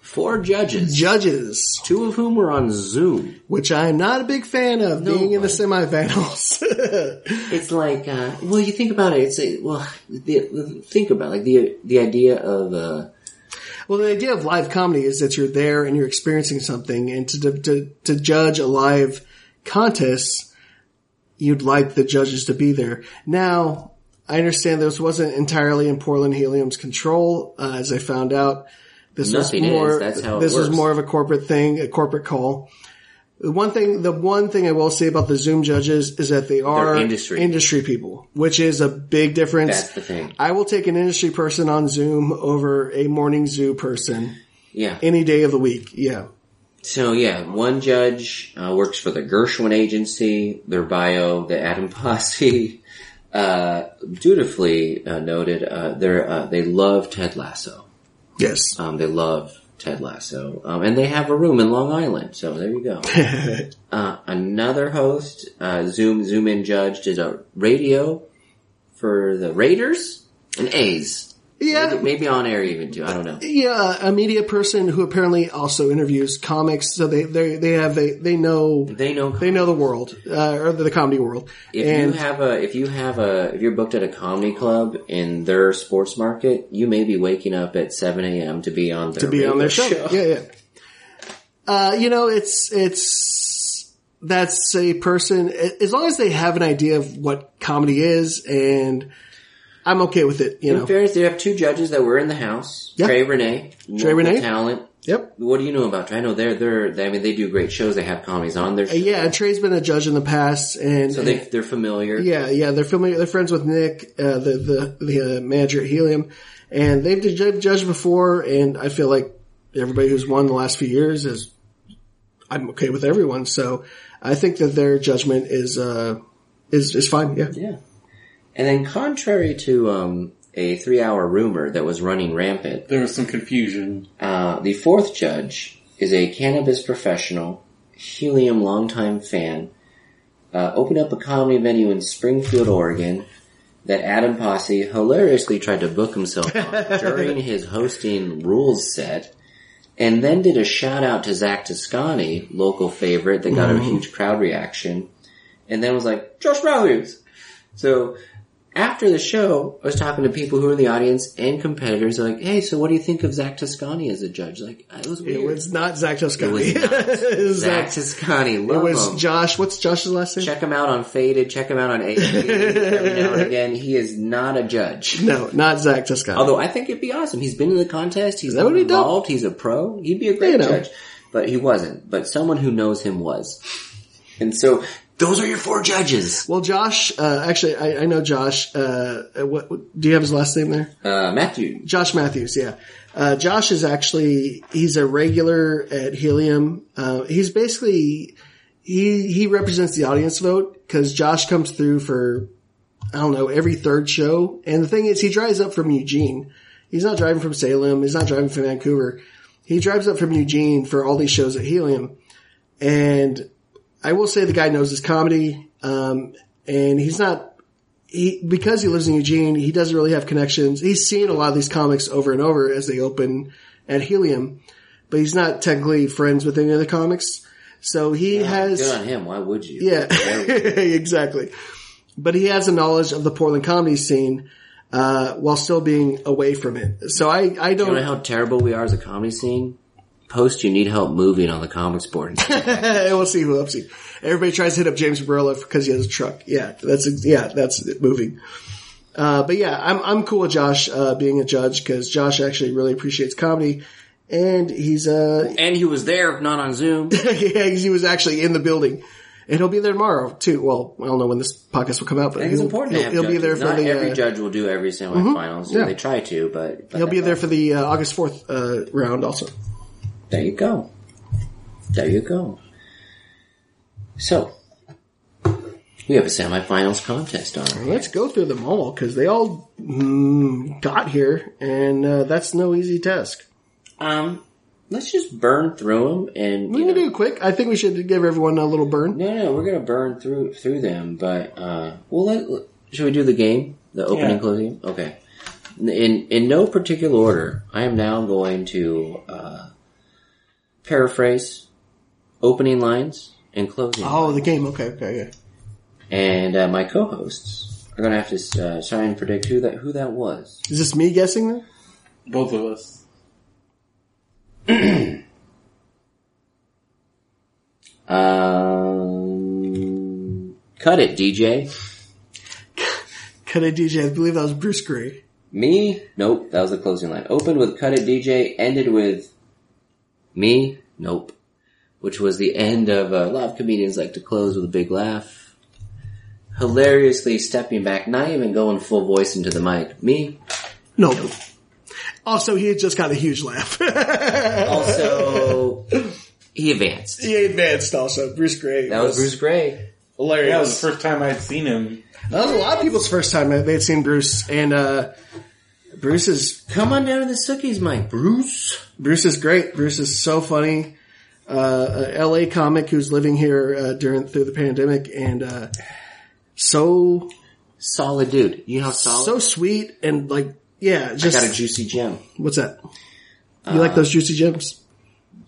D: Four judges
A: Judges,
D: two of whom were on Zoom.
A: which I am not a big fan of
D: No
A: being in the
D: way.
A: semifinals.
D: It's like, uh, well, you think about it. It's like, well, the, think about it, like the the idea of uh,
A: well, the idea of live comedy is that you're there and you're experiencing something, and to to, to judge a live contest, you'd like the judges to be there. Now, I understand this wasn't entirely in Portland Helium's control, uh, as I found out. This
D: Nothing
A: was
D: is.
A: more.
D: That's how it
A: this was
D: works.
A: more of a corporate thing, a corporate call. The one thing, the one thing I will say about the Zoom judges is that they are
D: industry.
A: industry people, which is a big difference.
D: that's the thing.
A: I will take an industry person on Zoom over a morning zoo person
D: Yeah.
A: any day of the week. Yeah.
D: So yeah, one judge uh, works for the Gershwin Agency, their bio, the Adam Posse. Uh, dutifully uh, noted, uh, they're, uh, they love Ted Lasso.
A: Yes.
D: Um, they love Ted Lasso, um, and they have a room in Long Island. So there you go. Uh, another host, uh, Zoom Zoom in Judge, did a radio for the Raiders and A's.
A: yeah.
D: Maybe, maybe on air even too. I don't know.
A: Yeah. A media person who apparently also interviews comics. So they, they, they have, they, they know,
D: They know.
A: they know the world, uh, or the comedy world.
D: if
A: and
D: you have a, if you have a, if you're booked at a comedy club in their sports market, you may be waking up at 7 a.m. to be on their
A: to be on their
D: radio
A: show. Yeah. Yeah. Uh, you know, it's, it's, that's a person, a- as long as they have an idea of what comedy is and I'm okay with it, you
D: In
A: know.
D: fairness, they have two judges that were in the house.
A: Yeah.
D: Trey Renee, local
A: Renee.
D: talent.
A: Yep.
D: What do you know about Trey? I know they're they're. They, I mean, they do great shows. They have comedies on their.
A: Uh,
D: Show,
A: Yeah, and Trey's been a judge in the past, and
D: so they they're familiar.
A: yeah, yeah, they're familiar. They're friends with Nick, uh, the the the uh, manager at Helium, and they've ju- judged before. And I feel like everybody who's won the last few years is, I'm okay with everyone. So I think that their judgment is uh is is fine. Yeah,
D: Yeah. And then contrary to um, a three-hour rumor that was running rampant,
B: There was some confusion.
D: uh, the fourth judge is a cannabis professional, helium longtime fan, uh, opened up a comedy venue in Springfield, Oregon, that Adam Posse hilariously tried to book himself on during his hosting rules set, and then did a shout out to Zach Toscani, local favorite that got a
A: Mm-hmm.
D: huge crowd reaction, and then was like, Josh Matthews! So, after the show, I was talking to people who were in the audience and competitors. They're like, hey, so what do you think of Zach Toscani as a judge? Like, it was
A: it
D: weird.
A: was not Zach Toscani.
D: It was not
A: It was
D: Zach Um,
A: Zach.
D: Toscani,
A: It
D: love him.
A: was Josh. What's Josh's last name?
D: Check him out on Faded. Check him out on AE. Every now and again, he is not a judge.
A: No, not Zach Toscani.
D: Although I think it'd be awesome. He's been in the contest. He's
A: That would be dope.
D: involved. He's a pro. He'd be a great
A: You know.
D: judge. But he wasn't. But someone who knows him was. And so those are your four judges.
A: well, Josh, uh, actually, I, I know Josh. Uh, what, what, do you have his last name there?
D: Uh, Matthew.
A: Josh Matthews, yeah. Uh, Josh is actually, he's a regular at Helium. Uh, he's basically, he, he represents the audience vote because Josh comes through for, I don't know, every third show. And the thing is, he drives up from Eugene. He's not driving from Salem. He's not driving from Vancouver. He drives up from Eugene for all these shows at Helium. And I will say the guy knows his comedy. Um, and he's not he because he lives in Eugene, he doesn't really have connections. He's seen a lot of these comics over and over as they open at Helium, but he's not technically friends with any of the comics. So he has
D: Good on him. Why would you?
A: yeah, exactly. But he has a knowledge of the Portland comedy scene uh, while still being away from it. So I, I
D: You
A: don't.
D: know how terrible we are as a comedy scene? post you need help moving on the comics board.
A: and we'll see who helps you. Everybody tries to hit up James Barilla because he has a truck. Yeah, that's yeah, that's it, moving. Uh, but yeah, I'm I'm cool with Josh uh, being a judge because Josh actually really appreciates comedy, and he's uh
D: and he was there, not on Zoom.
A: yeah, he was actually in the building. And he'll be there tomorrow too. Well, I don't know when this podcast will come out, but
D: It's
A: he'll,
D: important to
A: he'll,
D: have
A: he'll be
D: judges.
A: there for
D: Not
A: the
D: every
A: uh, Mm-hmm.
D: judge will do every semi finals.
A: yeah.
D: They try to, but, but
A: he'll be
D: that's
A: there
D: all.
A: for the uh, August fourth uh, round also.
D: There you go. There you go. So we have a semifinals contest on. our hands.
A: Let's go through them all because they all mm, got here, and uh, that's no easy task.
D: Um, let's just burn through them and
A: We
D: you
A: can do
D: know,
A: it quick. I think we should give everyone a little burn.
D: no, no, we're gonna burn through through them. But uh, well, let, should we do the game, the opening
B: Yeah.
D: closing? Okay. In in no particular order, I am now going to uh, paraphrase opening lines and closing.
A: Oh, the game. Okay, okay, okay.
D: and uh, my co-hosts are going to have to uh, try and predict who that who that was.
A: Is this me guessing then?
B: Both of us.
D: Um, cut it, DJ.
A: Cut it, DJ. I believe that was Bruce Gray.
D: Me? Nope. That was the closing line. Opened with cut it, DJ. Ended with me? Nope. Which was the end of uh, a lot of comedians like to close with a big laugh. Hilariously stepping back, not even going full voice into the mic. Me?
A: No. Also, he had just got a huge laugh.
D: Also, he advanced.
A: he advanced also. Bruce Gray.
D: That was Bruce Gray.
A: hilarious.
B: That was the first time I'd seen him.
A: That was a lot of people's first time that they'd seen Bruce, and uh, Bruce is
D: Come on down to the Sookies, Mike. Bruce.
A: Bruce is great. Bruce is so funny. Uh, a LA comic who's living here uh, during through the pandemic, and uh, so
D: Solid dude. You know how solid?
A: so sweet, and like yeah, just
D: got a juicy gem.
A: what's that? You
D: Uh,
A: like those juicy gems?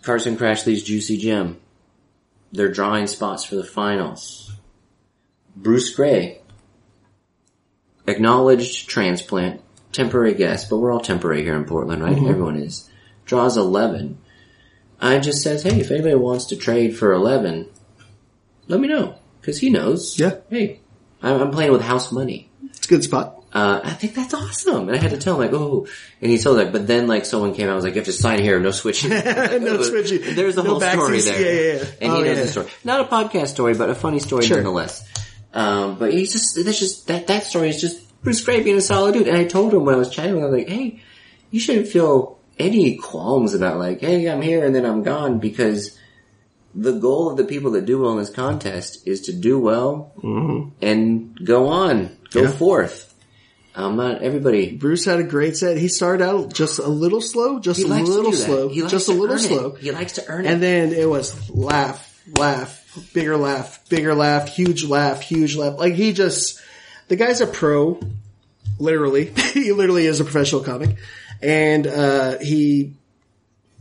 D: Carson Crashley's juicy gem. They're drawing spots for the finals. Bruce Gray. Acknowledged transplant. Temporary guest, but we're all temporary here in Portland, right?
A: Mm-hmm.
D: Everyone is. Draws 11. I just says, hey, if anybody wants to trade for 11, let me know. Cause he knows.
A: Yeah.
D: Hey, I'm I'm playing with house money.
A: It's a good spot.
D: uh, I think that's awesome. And I had to tell him like, oh, and he told that, but then like someone came out and was like, you have to sign here, no switching.
A: No switching.
D: There's the
A: No
D: whole story
A: backseats.
D: there.
A: Yeah, yeah, yeah.
D: And
A: Oh,
D: he knows
A: yeah.
D: the story. Not a podcast story, but a funny story
A: Sure.
D: nonetheless. Um, but he's just, that's just, that, that story is just Bruce Gray being a solid dude. And I told him when I was chatting with him, I was like, hey, you shouldn't feel any qualms about like, hey, I'm here and then I'm gone because the goal of the people that do well in this contest is to do well
A: Mm-hmm.
D: and go on, go forth. Um, not everybody.
A: Bruce had a great set. He started out just a little slow, just
D: He
A: a
D: likes to
A: little
D: do that.
A: slow,
D: He likes
A: just a
D: to
A: little
D: earn it.
A: slow.
D: He likes to earn
A: And
D: it.
A: then it was laugh, laugh, bigger laugh, bigger laugh, huge laugh, huge laugh. Like he just, the guy's a pro, literally. he literally is a professional comic. And, uh, he,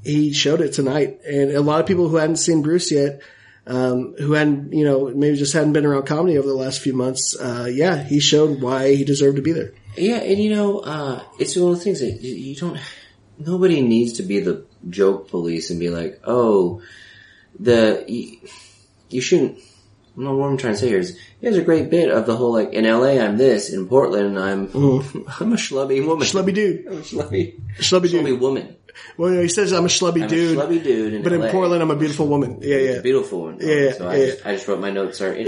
A: he showed it tonight. And a lot of people who hadn't seen Bruce yet, um, who hadn't, you know, maybe just hadn't been around comedy over the last few months, uh, yeah, he showed why he deserved to be there.
D: Yeah, and you know, uh, it's one of the things that you- you don't. Nobody needs to be the joke police and be like, oh, the you, you shouldn't. I don't know what I'm trying to say here is there's a great bit of the whole like in L.A. I'm this in Portland I'm I'm a schlubby woman
A: Schlubby dude.
D: I'm a schlubby
A: Schlubby
D: schlubby
A: dude.
D: woman
A: Well, he says I'm a schlubby
D: I'm
A: dude.
D: a schlubby dude in
A: but in
D: LA.
A: Portland, I'm a beautiful woman. Yeah, yeah.
D: beautiful one. Um,
A: Yeah,
D: so I,
A: yeah.
D: Just, I just wrote my notes are. They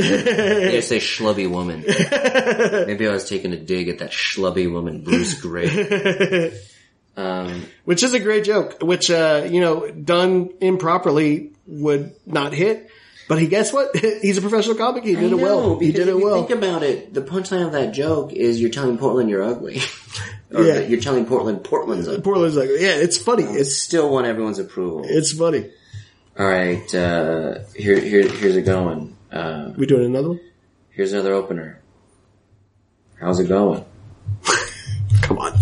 D: just say schlubby woman. Maybe I was taking a dig at that schlubby woman, Bruce Gray. Um,
A: which is a great joke, which, uh, you know, done improperly would not hit. But he, guess what? He's a professional comic. He did
D: I
A: it well.
D: know,
A: He
D: because
A: did
D: if
A: it
D: you
A: well.
D: Think about it. The punchline of that joke is you're telling Portland you're ugly, or
A: Yeah.
D: that you're telling Portland Portland's ugly.
A: Portland's like, yeah, it's funny. It's,
D: Still want everyone's approval.
A: it's funny.
D: All right, uh, here, here, here's it going. Uh,
A: We doing another one?
D: here's another opener. How's it going?
A: Come on.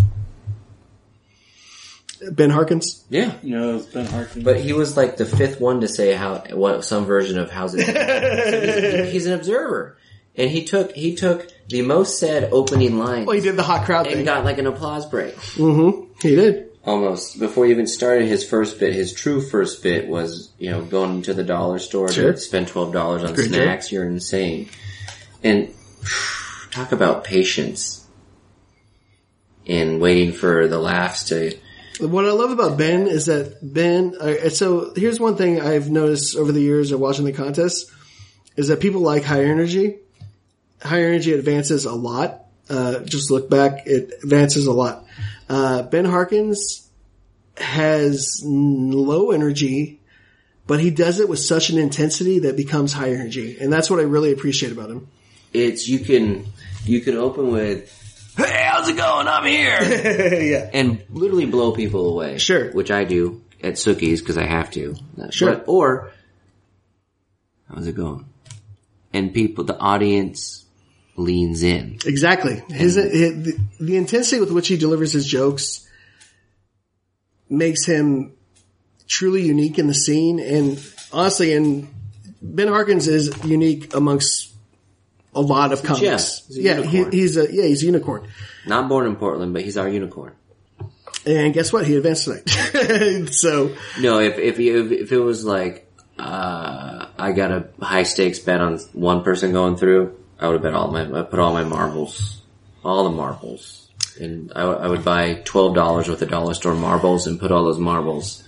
A: Ben Harkins.
D: Yeah.
B: You know, it's Ben Harkin.
D: But he was like the fifth one to say how what some version of how's it. So he's, he's an observer, and he took he took the most said opening line
A: Well, he did the hot crowd
D: and
A: thing.
D: got like an applause break.
A: hmm He did.
D: almost before he even started his first bit, his true first bit was, you know, going to the dollar store
A: Sure.
D: to spend twelve dollars on
A: Great job.
D: snacks. You're insane. And talk about patience in waiting for the laughs to
A: What I love about Ben is that Ben. Uh, so here's one thing I've noticed over the years of watching the contest is that people like high energy. High energy advances a lot. Uh, just look back; it advances a lot. Uh, ben Harkins has n- low energy, but he does it with such an intensity that becomes high energy, and that's what I really appreciate about him.
D: it's you can you can open with Hey, how's it going? I'm here
A: yeah,
D: and literally blow people away.
A: Sure.
D: Which I do at Sookie's because I have to. Uh,
A: Sure.
D: But- or how's it going? And people the audience leans in.
A: exactly. His, his the, the intensity with which he delivers his jokes makes him truly unique in the scene, and honestly, and Ben Harkins is unique amongst a lot of comics.
D: gem. He's a
A: yeah, he,
D: unicorn.
A: he's a yeah, he's a unicorn.
D: Not born in Portland, but he's our unicorn.
A: And guess what? He advanced tonight. so
D: No, if if you, if it was like uh I got a high stakes bet on one person going through, I would have bet all my I put all my marbles, all the marbles, and I, would- I would buy twelve dollars worth of dollar store marbles and put all those marbles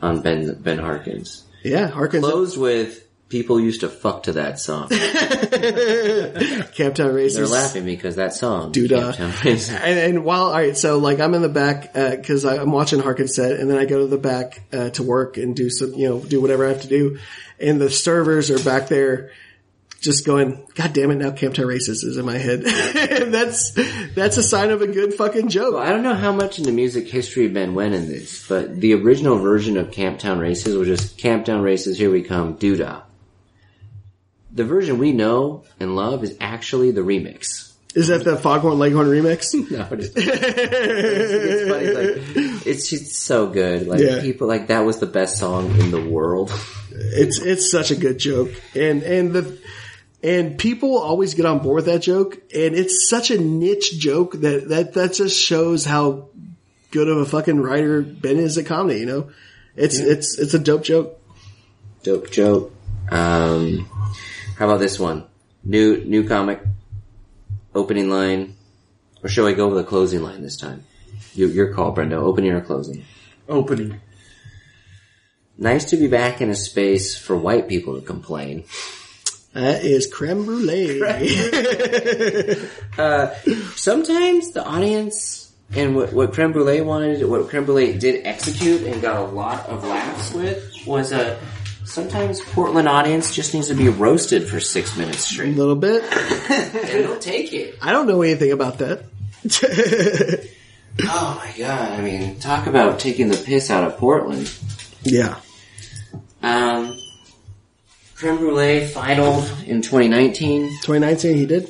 D: on Ben Ben Harkins.
A: yeah, Harkins
D: Closed with people used to fuck to that song.
A: Camptown Racers.
D: They're laughing because that song.
A: Doodah.
D: Camptown Racers.
A: And, and while, alright, so like I'm in the back, uh, cause I, I'm watching Harkins set and then I go to the back, uh, to work and do some, you know, do whatever I have to do. And the servers are back there just going, God damn it, now Camp Town Races is in my head. and that's, that's a sign of a good fucking joke.
D: I don't know how much in the music history Ben went in this, but the original version of Camptown Races was just Camptown Races, here we come, doodah. The version we know and love is actually the remix.
A: Is that the Foghorn Leghorn remix?
D: No, it isn't. it's, it's funny, like, it's just so good. Like
A: Yeah.
D: people, like that was the best song in the world.
A: It's it's such a good joke, and and the and people always get on board with that joke, and it's such a niche joke that that that just shows how good of a fucking writer Ben is at comedy. You know, it's it's it's a dope joke.
D: Dope joke. Um, how about this one? New new comic opening line, or shall I go with a closing line this time? You, your call, Brendo. Opening or closing?
B: Opening.
D: Nice to be back in a space for white people to complain.
A: That is creme brulee.
D: Sometimes the audience and what, what Creme Brulee wanted, what Creme Brulee did execute and got a lot of laughs with was a. Sometimes Portland audience just needs to be roasted for six minutes
A: a
D: straight,
A: little bit.
D: and they'll take it.
A: I don't know anything about that.
D: Oh my god, I mean, talk about taking the piss out of Portland.
A: yeah,
D: Um, Creme Brulee final in 2019.
A: 2019 he did.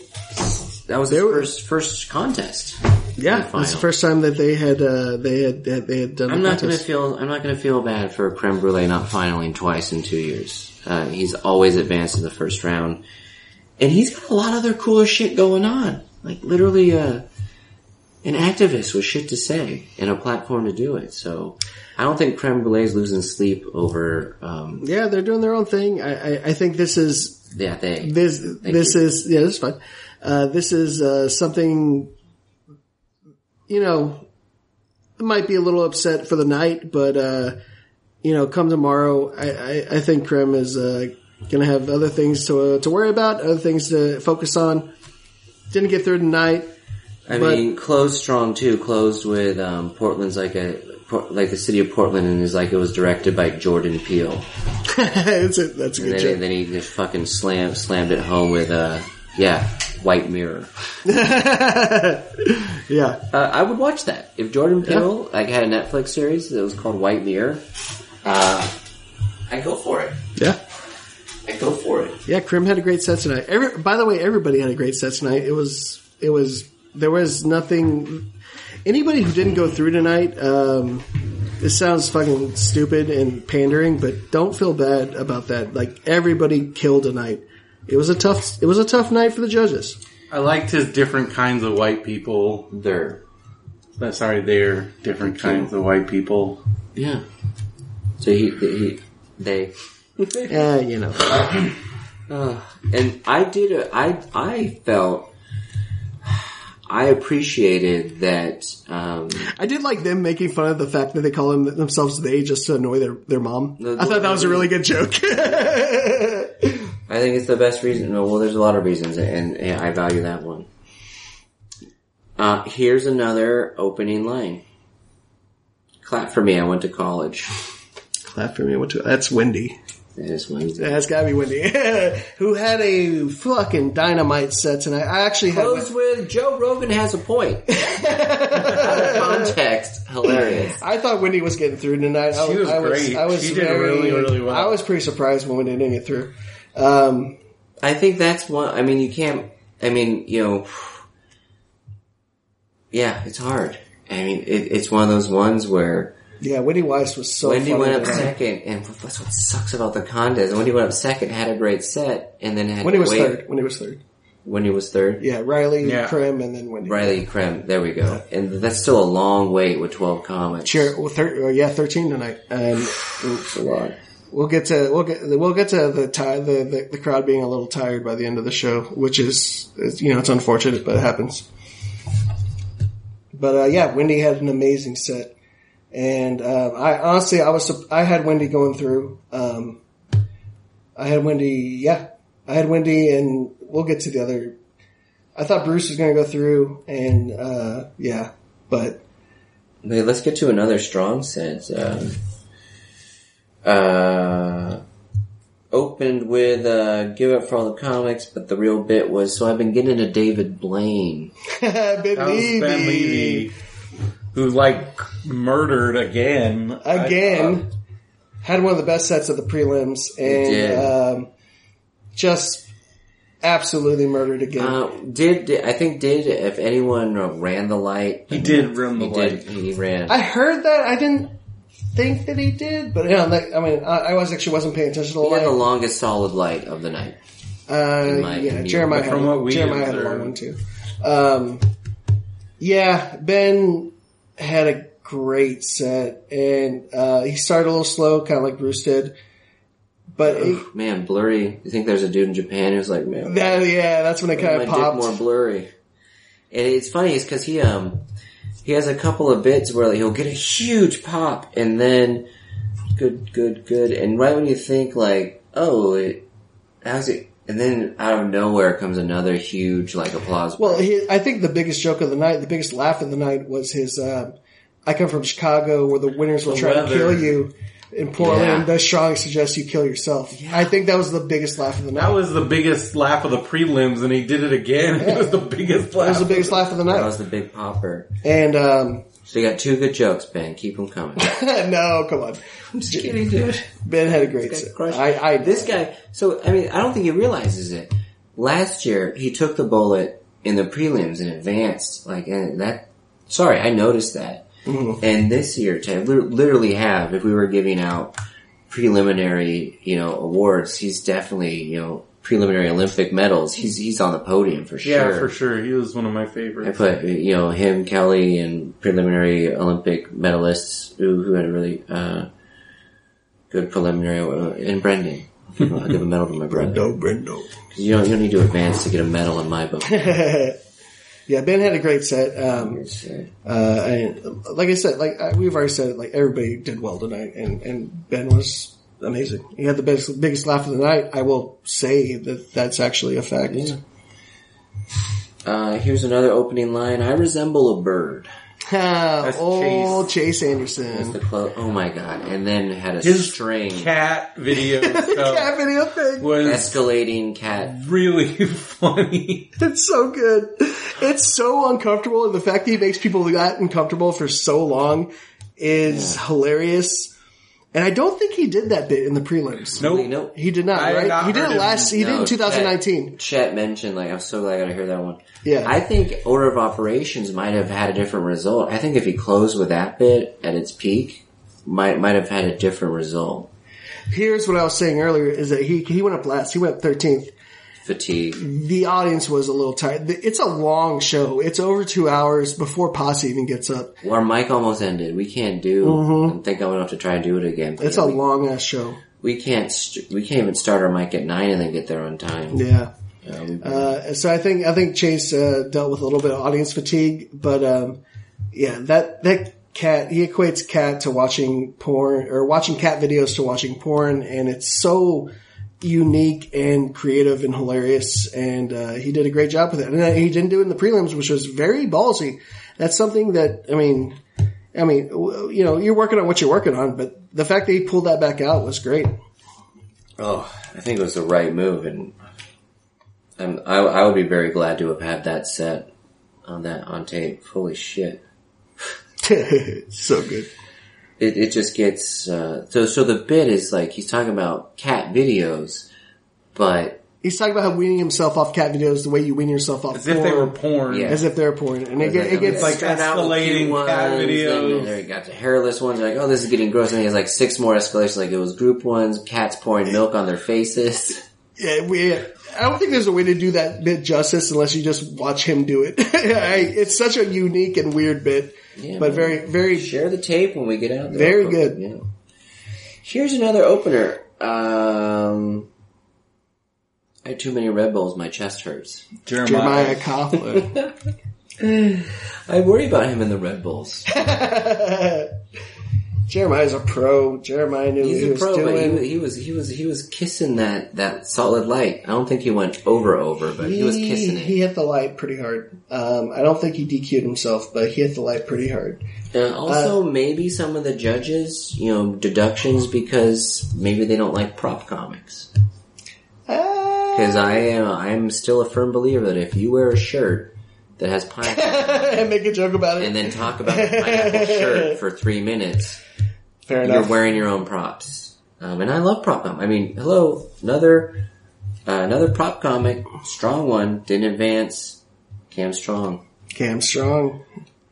D: That was his
A: There were-
D: first, first contest.
A: Yeah, that's the
D: final.
A: first time that they had uh, they had they had done.
D: I'm
A: the
D: not gonna
A: contest.
D: feel, I'm not gonna feel bad for Creme Brulee not finaling twice in two years. Uh, he's always advanced in the first round. And he's got a lot of other cooler shit going on. Like literally, uh, an activist with shit to say and a platform to do it. So I don't think Creme Brulee's losing sleep over, um,
A: Yeah, they're doing their own thing. I, I, I think this is
D: yeah, they.
A: this this
D: you.
A: is yeah, this is fine. Uh, this is uh, something you know might be a little upset for the night, but uh, you know, come tomorrow, I, I, I think Krem is uh, gonna have other things to uh, to worry about, other things to focus on. Didn't get through tonight.
D: I
A: But-
D: mean, closed strong too. Closed with um, Portland's like a Por- like the city of Portland, and is like it was directed by Jordan Peele.
A: that's it. That's a
D: And
A: good
D: then,
A: joke.
D: and then he just fucking slammed slammed it home with uh, yeah, White Mirror.
A: Yeah,
D: Uh, I would watch that if Jordan Peele like had a Netflix series that was called White Mirror. Uh, I go for it.
A: yeah,
D: I go for it.
A: yeah. Krim had a great set tonight. Every, by the way, everybody had a great set tonight. It was it was there was nothing. Anybody who didn't go through tonight, um, this sounds fucking stupid and pandering, but don't feel bad about that. Like everybody killed tonight. It was a tough. It was a tough night for the judges.
B: I liked his different kinds of white people.
D: There.
B: No, sorry, they're different kinds of white people.
D: Yeah. So he, he, they,
A: Yeah, Eh, you know.
D: uh, and I did a, I, I felt, I appreciated that, um,
A: I did like them making fun of the fact that they call them themselves they just to annoy their, their mom.
D: The-
A: I thought that was a really good joke.
D: I think it's the best reason. no, Well, there's a lot of reasons, and, and I value that one. Uh, here's another opening line. Clap for me. I went to college.
A: Clap for me. What to, that's Wendy.
D: That is Wednesday.
A: That's gotta be Wendy. Who had a fucking dynamite set tonight. I actually had,
D: Close with Joe Rogan has a point. Out of context, hilarious.
A: I thought Wendy was getting through tonight. I,
B: She was
A: I
B: great.
A: I was
B: She did really, really well.
A: I was pretty surprised when we didn't get through. Um,
D: I think that's one. I mean, you can't. I mean, you know. Yeah, it's hard. I mean, it, it's one of those ones where
A: yeah, Wendy Weiss was so
D: Wendy
A: funny
D: went up
A: tonight.
D: second, and that's what sucks about the contest. Wendy went up second, had a great set, and then had
A: Wendy
D: to
A: was
D: wait.
A: third. Wendy was third.
D: Wendy was third.
A: Yeah, Riley,
B: Yeah.
A: Krim, and then Wendy.
D: Riley Krem, there we go. And that's still a long wait with 12 comments.
A: Sure. Well, thir- uh, yeah, thirteen tonight. Um,
D: Oops, a lot.
A: we'll get to we'll get we'll get to the, ti the the the crowd being a little tired by the end of the show, which is is- you know it's unfortunate, but it happens. But uh, yeah, Wendy had an amazing set, and uh, I honestly I was sup- I had Wendy going through. Um, I had Wendy, yeah, I had Wendy, and we'll get to the other. I thought Bruce was going to go through, and uh, yeah, but
D: Okay, let's get to another strong set. Um, uh, opened with uh, give up for all the comics, but the real bit was so I've been getting to David Blaine.
A: Ben
B: That was Ben Levy, who like murdered again. Uh,
A: again had one of the best sets of the prelims and
D: did.
A: um, just absolutely murdered again.
B: Um,
D: Uh, did, did I think did if anyone uh, ran the light?
B: he did rim the
D: He
B: light.
D: did. He ran.
A: I heard that. I didn't think that he did, but you know, like, I mean, I, I was actually wasn't paying attention to the
D: He had the
A: line.
D: longest solid light of the night.
A: Uh,
D: my
A: yeah,
D: view.
A: Jeremiah.
B: But from
A: had,
B: what we
A: Jeremiah had a long
B: observed-
A: one too. Um, yeah, Ben had a great set, and uh, he started a little slow, kind of like Bruce did. But it,
D: Man, blurry. You think there's a dude in Japan who's like, man,
A: that, yeah, that's when it kind
D: my
A: of
D: dick
A: popped.
D: more blurry. And it's funny, is because he um he has a couple of bits where like, he'll get a huge pop and then good, good, good, and right when you think like, oh, it, how's it? And then out of nowhere comes another huge like applause.
A: Well, he, I think the biggest joke of the night, the biggest laugh of the night was his, um, I come from Chicago where the winners will
B: The
A: try to
B: weather.
A: kill you. In Portland,
D: Yeah.
A: the strong suggests you kill yourself. I think that was the biggest laugh of the night.
B: That was the biggest laugh of the prelims, and he did it again. It was the biggest laugh.
A: That was the biggest laugh of the
D: that
A: night.
D: was the big popper.
A: And, um,
D: So you got two good jokes, Ben. Keep them coming.
A: no, come on.
D: I'm just kidding, dude.
A: Ben had a great
D: Got
A: set.
D: crushed.
A: I, I,
D: This guy, so I mean, I don't think he realizes it. Last year, he took the bullet in the prelims and advanced. Like and that. Sorry, I noticed that.
B: Mm-hmm.
D: And this year, to lit- literally have, if we were giving out preliminary, you know, awards, he's definitely, you know, preliminary Olympic medals. He's he's on the podium for
B: yeah,
D: sure.
B: for sure. He was one of my
D: I
B: favorites.
D: put you know him, Kelly, and preliminary Olympic medalists who, who had a really uh, good preliminary, uh, and Brendan. I'll give him- I'll give a medal to my brother.
A: no, Brendo.
D: 'Cause You don't you don't need to advance to get a medal in my book.
A: Yeah, Ben had a great set. Um,
D: It's, uh,
A: Uh, and like I said, like I, we've already said, like everybody did well tonight, and and Ben was amazing. He had the biggest biggest laugh of the night. I will say that that's actually a fact.
D: Uh, here's another opening line. I resemble a bird.
A: Ah,
B: That's
A: old Chase,
D: That's the
A: Anderson.
D: clo- oh my god! And then had a
B: His
D: string
B: cat video
A: Yeah,
B: stuff
A: video thing.
B: was
D: escalating cat.
B: really funny.
A: It's so good. It's so uncomfortable, and the fact that he makes people that uncomfortable for so long is hilarious. And I don't think he did that bit in the prelims.
B: Nope.
D: Nope.
A: He did not,
B: I have
A: right?
B: not
A: he did
B: heard
A: it
B: him.
A: last. He did it
D: No,
A: in 2019.
D: Chet mentioned like I'm so glad I got to hear that one.
A: Yeah.
D: I think order of operations might have had a different result. I think if he closed with that bit at its peak, might might have had a different result.
A: here's what I was saying earlier is that he he went up last. He went up 13th.
D: fatigue.
A: the audience was a little tired. The- It's a long show. It's over two hours before Posse even gets up.
D: Well, our mic almost ended. We can't do. I don't think I'm gonna have to try and do it again.
A: Mm-hmm. It's a
D: we,
A: long ass show.
D: we can't. St- we can't even start our mic at nine and then get there on time.
A: Yeah.
D: Um,
A: Uh, so I think I think Chase uh, dealt with a little bit of audience fatigue, but um, yeah, that that cat he equates cat to watching porn or watching cat videos to watching porn, and it's so unique and creative and hilarious. And uh, he did a great job with it, and uh, he didn't do it in the prelims, which was very ballsy. That's something that I mean, I mean, w- you know, you're working on what you're working on, but the fact that he pulled that back out was great.
D: oh, I think it was the right move, and I'm, I, I would be very glad to have had that set on that on tape. Holy shit!
A: so good.
D: it, it just gets uh, so so the bit is like he's talking about cat videos but
A: He's talking about how weaning himself off cat videos the way you wean yourself off
B: As if they were
A: porn,
B: porn.
D: Yeah.
A: as if they were porn, and it, get,
D: I mean,
A: it gets
B: like-
A: like
D: start out with
B: escalating
D: cute
B: cat
D: ones,
B: videos.
D: then there you got the hairless ones like oh this is getting gross and he has like six more escalations like it was group ones cats pouring milk on their faces
A: yeah, we, I don't think there's a way to do that bit justice unless you just watch him do it. I, it's such a unique and weird bit,
D: Yeah,
A: but
D: man.
A: very very
D: share the tape when we get out there
A: Very
D: But,
A: good.
D: you know. here's another opener um I had too many Red Bulls my chest hurts
A: Jeremiah Coughlin.
D: I worry about him in the Red Bulls
A: Jeremiah's a pro. Jeremiah knew what
D: He's
A: he
D: a
A: was
D: pro, but he,
A: doing.
D: wa- he was he was he was kissing that that solid light. I don't think he went over over, but he, was kissing
A: He
D: it.
A: hit the light pretty hard. Um, I don't think he DQ'd himself, but he hit the light pretty hard.
D: And also, maybe some of the judges, you know, deductions because maybe they don't like prop comics.
A: Ah,
D: Because I am I am still a firm believer that if you wear a shirt that has pineapple
A: and make a joke about it.
D: and then talk about the pineapple shirt for three minutes,
A: Fair
D: you're
A: enough.
D: wearing your own props. Um, and I love prop comic. I mean, hello, another uh, another prop comic, strong one, didn't advance. Cam Strong.
A: Cam Strong.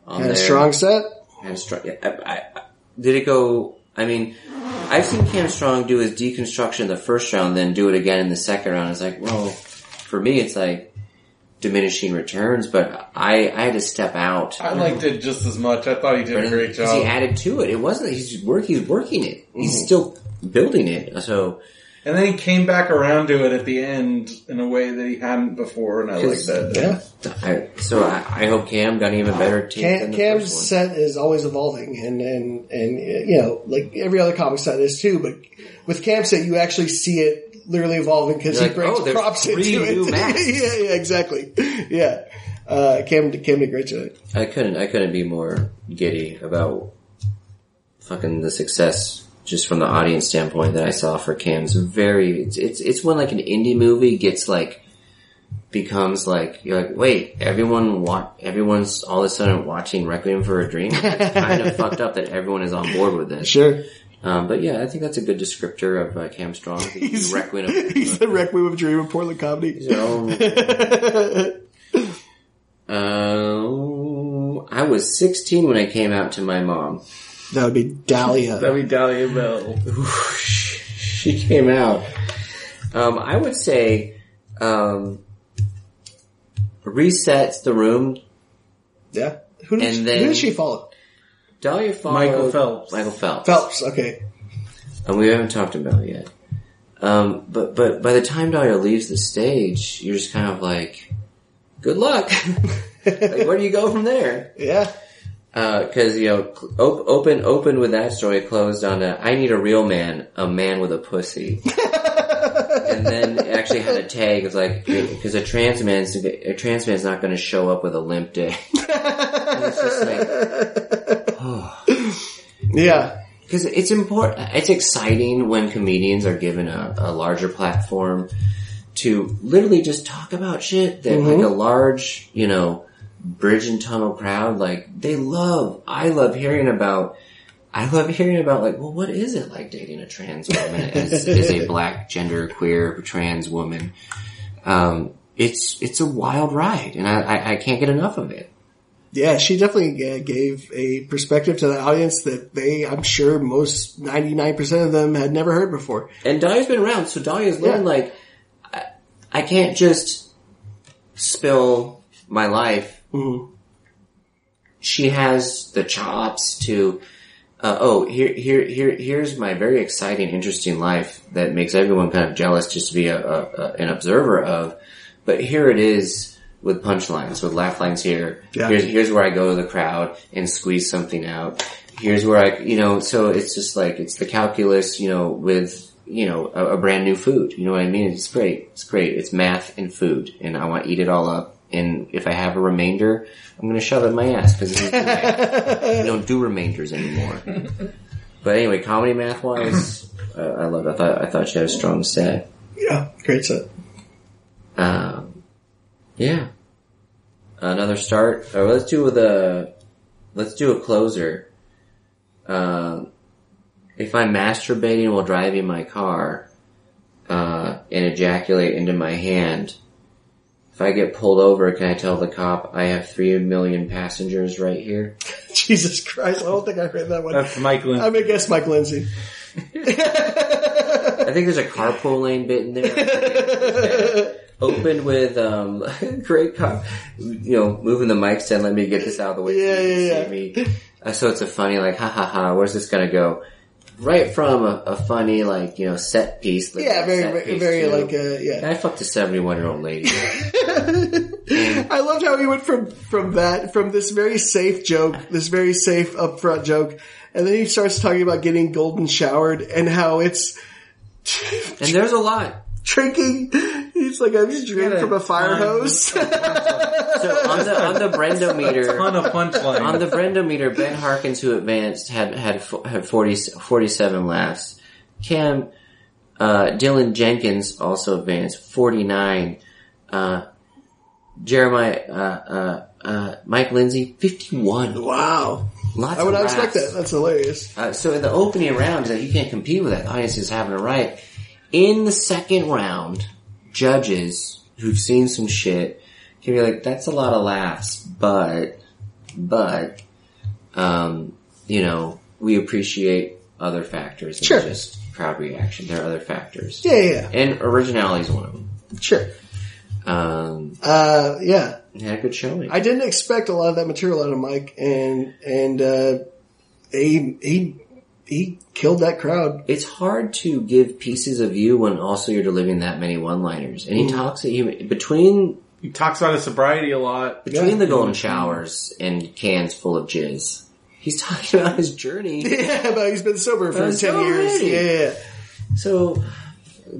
D: on
A: Had a
D: there.
A: strong set.
D: Cam Strong. Yeah, I, I, I- did it go? I mean, I've seen Cam Strong do his deconstruction in the first round, then do it again in the second round. It's like, well, for me, it's like diminishing returns. But I, I had to step out.
B: I liked it just as much. I thought he did a great
D: Because
B: job.
D: He
B: Mm-hmm.
D: added to it. It wasn't. He's just work. He's working it. He's still building it. So
B: And then he came back around to it at the end in a way that he hadn't before, and I like
D: His-
B: that.
A: Yeah.
D: I, so I, I hope Cam got an even better tape than
A: Cam,
D: the
A: Cam's
D: first one.
A: set is always evolving, and and and uh, you know, like every other comic set is too. But with Cam set, you actually see it literally evolving because he
D: You're like,
A: brings
D: "Oh, there's
A: props
D: three
A: into
D: new
A: it.
D: masks.
A: yeah, yeah, exactly. Yeah, uh, Cam Cam did great tonight.
D: I couldn't. I couldn't be more giddy about fucking the success just from the audience standpoint that I saw for Cam's very. It's it's, it's when like an indie movie gets like becomes like you're like wait everyone wa- everyone's all of a sudden watching Requiem for a Dream. It's kind of fucked up that everyone is on board with this.
A: Sure,
D: Um, but yeah, I think that's a good descriptor of uh, Cam Strong. the
A: He's-
D: Requiem.
A: he's the Requiem of a Dream of Portland comedy.
D: Um, I was 16 when I came out to my mom.
A: That would be Dahlia.
B: That'd be Dahlia Bell.
D: she came out. Um, I would say um, resets the room.
A: Yeah, who did,
D: And
A: she,
D: then-
A: who did she follow?
D: Dahlia followed
B: Michael Phelps.
D: Michael Phelps.
A: Phelps. Okay,
D: and we haven't talked about it yet. Um, but but by the time Dahlia leaves the stage, you're just kind of like, good luck. like, where do you go from there?
A: yeah,
D: Because Uh, you know, cl- op- open open with that story, closed on a I need a real man, a man with a pussy. and then it actually had a tag of like because a trans man's a trans man's not going to show up with a limp dick. And it's just like
A: yeah.
D: because it's important. It's exciting when comedians are given a, a larger platform to literally just talk about shit that like a large you know bridge and tunnel crowd like they love. I love hearing about. I love hearing about like, well, what is it like dating a trans woman as, as a black gender queer trans woman? Um, it's it's a wild ride, and I, I, I can't get enough of it.
A: Yeah, she definitely uh, gave a perspective to the audience that they, I'm sure, most 99% of them had never heard before.
D: And Dahlia's been around, so Dahlia's learned
A: Yeah.
D: like, I can't just spill my life
A: Mhm.
D: she has the chops to uh, oh here here here here's my very exciting interesting life that makes everyone kind of jealous just to be a, a, a, an observer of but here it is with punchlines with laugh lines here
A: Yeah.
D: here's here's where I go to the crowd and squeeze something out here's where I you know so it's just like it's the calculus you know with you know a, a brand new food you know what I mean it's great it's great it's math and food and I want to eat it all up and if I have a remainder, I'm gonna shove it in my ass because we don't do remainders anymore. But anyway, comedy math wise, uh, I loved. I thought I thought she had a strong set.
A: Yeah, great set.
D: Um, yeah, another start. Or let's do with a let's do a closer. Um, if I'm masturbating while driving my car uh, and ejaculate into my hand, if I get pulled over, can I tell the cop I have three million passengers right here?
A: Jesus Christ, I don't think I read that one.
B: That's Mike Lynn.
A: I'm gonna guess Mike Lindsay.
D: I think there's a carpool lane bit in there. Opened with um, great car, you know, moving the mics and let me get this out of the way.
A: Yeah, yeah,
D: See me. Uh, so it's a funny like, ha ha ha. Where's this gonna go? Right from a, a funny like you know set piece. like,
A: Yeah, very,
D: set
A: very,
D: piece,
A: very
D: you know.
A: like, uh, yeah.
D: I fucked a seventy-one year old lady.
A: I loved how he went from from that from this very safe joke, this very safe upfront joke, and then he starts talking about getting golden showered and how it's
D: and there's a lot.
A: drinking. He's like, I'm just drinking from a fire hose.
D: So on the on the Brendo meter,
B: on a punchline.
D: on the Brendo meter, Ben Harkins, who advanced, had had fo- had 40, 47 laughs. Cam uh, Dylan Jenkins also advanced forty nine. Uh, Jeremiah uh, uh, uh, Mike Lindsay fifty one.
A: wow,
D: Lots.
A: I would
D: of
A: not
D: laughs.
A: expect that. That's hilarious.
D: Uh, so in the opening round, that you can't compete with that. The audience is having a right. In the second round, judges who've seen some shit can be like, "That's a lot of laughs," but, but, um, you know, we appreciate other factors than
A: Sure.
D: just crowd reaction. There are other factors,
A: Yeah, yeah,
D: and originality is one of them.
A: yeah. sure.
D: Um,
A: Uh, yeah,
D: he had a good showing.
A: I didn't expect a lot of that material out of Mike, and and uh, he he he killed that crowd.
D: it's hard to give pieces of you when also you're delivering that many one-liners. And he
A: Mm.
D: talks he, between
B: he talks about his sobriety a lot.
D: Between
A: Yeah.
D: the golden showers and cans full of jizz, he's talking about his journey.
A: Yeah, but he's been sober for
D: Uh,
A: ten
D: so
A: years.
D: already.
A: Yeah, yeah,
D: So,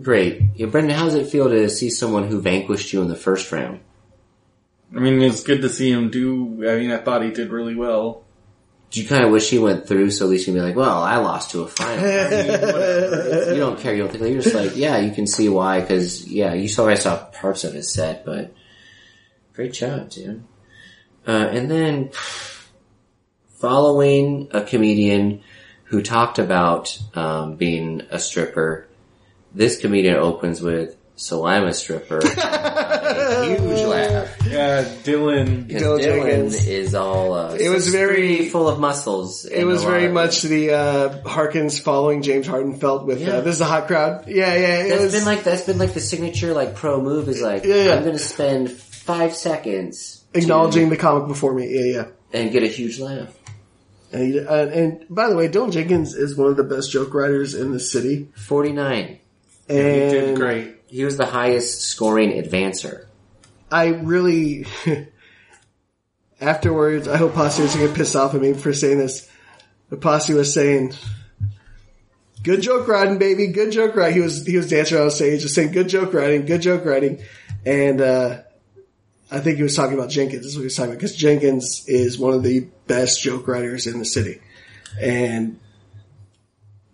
D: great. Yeah, Brendan, how does it feel to see someone who vanquished you in the first round?
B: I mean, it's good to see him do. I mean, I thought he did really well.
D: Do you kind of wish he went through so at least you'd be like, well, I lost to a final. you don't care, you don't think, you're just like, yeah, you can see why, cause yeah, you saw, I saw parts of his set, but great job, dude. Uh, and then following a comedian who talked about, um, being a stripper, this comedian opens with, so I'm a stripper. a huge laugh.
B: Yeah, Dylan.
D: 'Cause
A: Dylan Jenkins.
D: Dylan is all, uh,
A: It was very-
D: 6'3" full of muscles.
A: It was very much the uh, Harkins following James Hardenfeld with
D: Yeah.
A: uh, "This is a hot crowd." Yeah, yeah. It
D: That's
A: was
D: been like that's been like the signature like pro move is like
A: Yeah, yeah.
D: I'm gonna spend five seconds
A: acknowledging the comic before me. Yeah, yeah.
D: and get a huge laugh.
A: And, he- uh, and by the way, Dylan Jenkins is one of the best joke writers in the city.
D: Forty nine.
A: And
B: He did great.
D: He was the highest scoring advancer.
A: I really, afterwards, I hope Posse is going to piss off at me for saying this. But Posse was saying, good joke writing, baby. Good joke writing. He was, he was dancing around stage just saying, good joke writing, good joke writing. And, uh, I think he was talking about Jenkins. That's what he was talking about. Cause Jenkins is one of the best joke writers in the city. And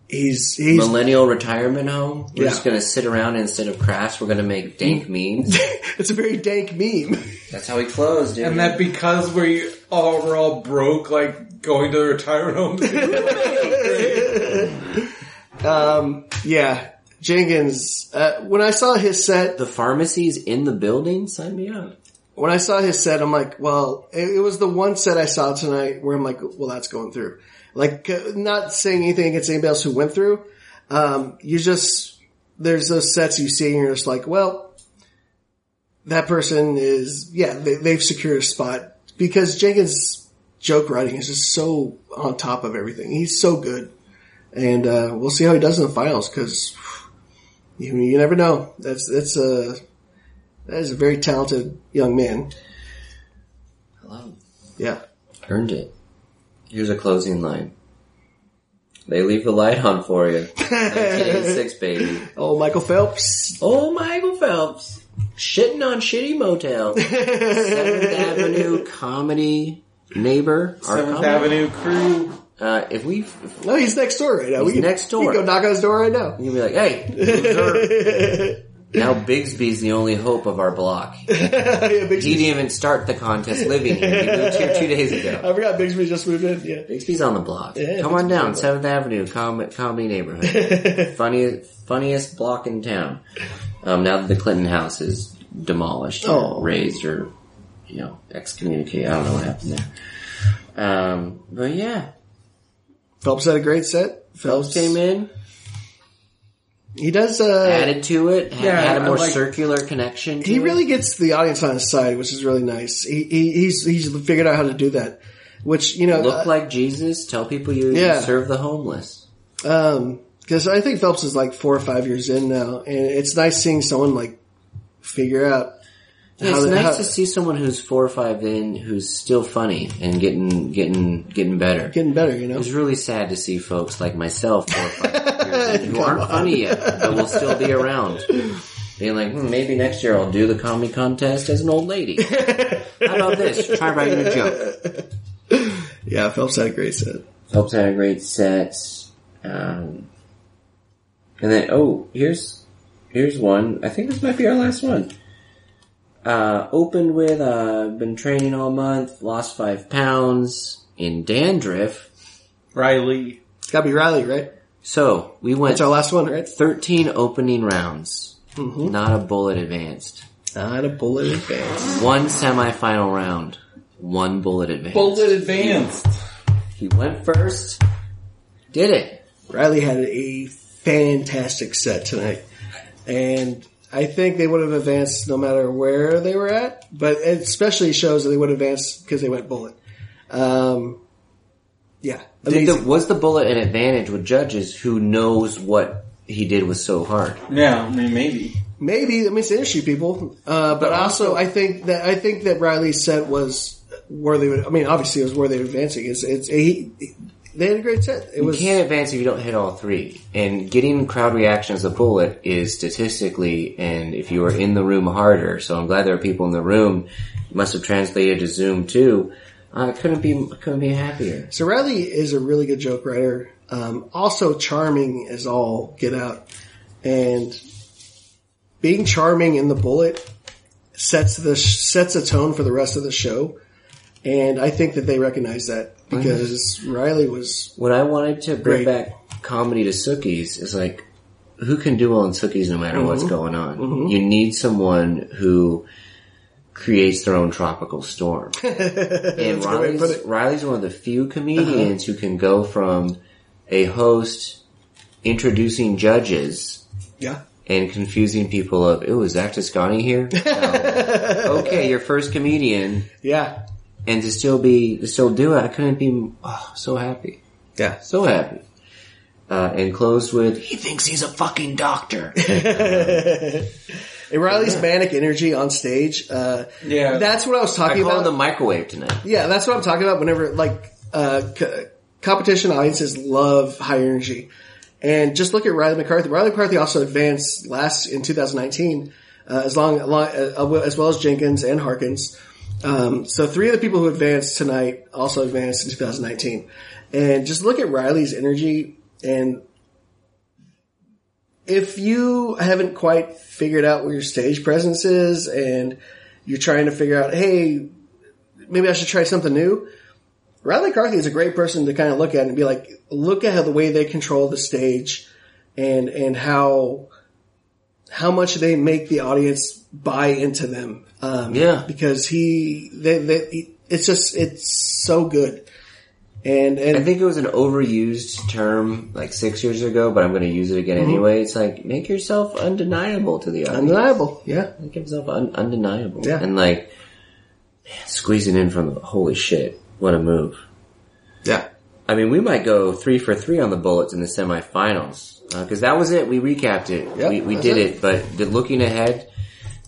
A: he's, he's,
D: Millennial retirement home. We're
A: Yeah.
D: just gonna sit around instead of crafts. We're gonna make dank memes.
A: it's a very dank meme.
D: That's how he closed. Dude.
B: And that because we all were all broke, like going to the retirement home.
A: Yeah, Jenkins. Uh, when I saw his set,
D: the pharmacies in the building. Sign me up.
A: when I saw his set, I'm like, well, it, it was the one set I saw tonight where I'm like, well, that's going through. Like, uh, not saying anything against anybody else who went through. Um, you just there's those sets you see and you're just like, well, that person is, yeah, they, they've secured a spot because Jenkins' joke writing is just so on top of everything. He's so good, and uh, we'll see how he does in the finals because you, you never know. That's that's a that is a very talented young man.
D: I love him.
A: Yeah.
D: Earned it. Here's a closing line. They leave the light on for you. 1986, baby.
A: Oh, Michael Phelps.
D: Oh, Michael Phelps. Shitting on shitty motel. 7th Avenue comedy neighbor. our
B: Seventh
D: comedy-
B: Avenue crew.
D: Uh, if we, if
A: No, he's next door right now. we
D: He's
A: can,
D: next door.
A: We can go knock on his door right now.
D: you'd be like, hey, loser. now Bigsby's the only hope of our block. He
A: yeah, Bigsby.
D: didn't even start the contest living here. He moved here two days ago.
A: I forgot Bigsby just moved in. Yeah.
D: Bigsby's on the block.
A: Yeah,
D: Come
A: Bigsby's
D: on
A: on
D: down,
A: the
D: Seventh Avenue com- comedy neighborhood, funniest funniest block in town. Um, now that the Clinton house is demolished,
A: Oh.
D: or razed, or you know, excommunicated. I don't know what happened there. Um, but yeah,
A: Phelps had a great set. Phelps
D: came in.
A: He does. Uh,
D: added to it, had,
B: Yeah,
D: had a
B: I
D: more
B: like-
D: circular connection. To
A: he
D: it.
A: really gets the audience on his side, which is really nice. He, he he's he's figured out how to do that. Which you know,
D: look like Jesus. Tell people you
A: uh, Yeah.
D: serve the homeless.
A: Um, cause I think Phelps is like four or five years in now and it's nice seeing someone like figure out
D: Yeah,
A: how
D: it's
A: the-
D: nice
A: how-
D: to see someone who's four or five in who's still funny and getting getting getting better.
A: getting better, you know?
D: It's really sad to see folks like myself four or five years in who aren't funny yet, but will still be around. Being like, hmm, maybe next year I'll do the comedy contest as an old lady. How about this? Try writing a joke.
A: Yeah, Phelps had a great set.
D: Phelps had a great set. Um, and then, oh, here's, here's one. I think this might be our last one. Uh, opened with, uh, been training all month, lost five pounds in dandruff.
B: Riley.
A: It's gotta be Riley, right?
D: So we went
A: It's our last one, right? Mm-hmm.
D: 13 opening rounds.
A: Hmm?
D: Not a bullet advanced.
A: Not a bullet advance.
D: One semifinal round. One bullet advanced.
B: Bullet advanced.
D: He went first. Did it.
A: Riley had a fantastic set tonight. And I think they would have advanced no matter where they were at, but it especially shows that they would advance because they went bullet. Um, yeah.
D: Did
A: Amazing.
D: the, was the bullet an advantage with judges who knows what he did was so hard?
B: Yeah, I mean, maybe.
A: Maybe I mean it's an issue, people. Uh, but also, I think that I think that Riley's set was worthy. of- I mean, obviously, it was worthy of advancing. It's it's he, they had a great set. It
D: You
A: was
D: can't advance if you don't hit all three. And getting crowd reaction as a bullet is statistically, and if you were in the room harder. So I'm glad there are people in the room. It must have translated to Zoom too. I couldn't be couldn't be happier.
A: so Riley is a really good joke writer. Um, also charming as all get out, and being charming in the bullet sets the sets a tone for the rest of the show. And I think that they recognize that because Riley was
D: When I wanted to bring
A: Great.
D: back comedy to Sookies, is like who can do well in Sookies no matter what's
A: Mm-hmm.
D: going on. You need someone who creates their own tropical storm. and
A: good way to put Uh-huh.
D: Riley's, Riley's one of the few comedians who can go from a host introducing judges
A: yeah.
D: and confusing people of, oh, is Zach Toscani here? No. okay, your first comedian,
A: Yeah.
D: and to still be, to still do it, I couldn't be oh, so happy.
A: Yeah.
D: So happy. Uh, and closed with, he thinks he's a fucking doctor.
A: And Riley's manic energy on stage, uh,
B: Yeah.
A: that's what I was
D: I
A: talking
D: call
A: about.
D: him the microwave tonight.
A: yeah, that's what I'm talking about. Whenever like uh, c- competition audiences love high energy, and just look at Riley McCarthy. Riley McCarthy also advanced last in 2019, uh, as long, long uh, as well as Jenkins and Harkins. Um, so three of the people who advanced tonight also advanced in 2019, and just look at Riley's energy and. If you haven't quite figured out where your stage presence is and you're trying to figure out, hey, maybe I should try something new. Riley McCarthy is a great person to kind of look at and be like, look at how the way they control the stage and, and how, how much they make the audience buy into them. Um,
D: Yeah.
A: because he, they, they, it's just, it's so good. And,
D: I
A: and
D: think it was an overused term like six years ago, but I'm going to use it again anyway. It's like make yourself undeniable to the audience.
A: undeniable. Yeah.
D: Make yourself un- undeniable.
A: Yeah.
D: And like man, squeezing in from the holy shit, what a move!
E: Yeah.
D: I mean, we might go three for three on the bullets in the semifinals because that was it. We recapped it.
A: Yep,
D: we we
A: that's
D: did
A: it.
D: it. But the, looking ahead,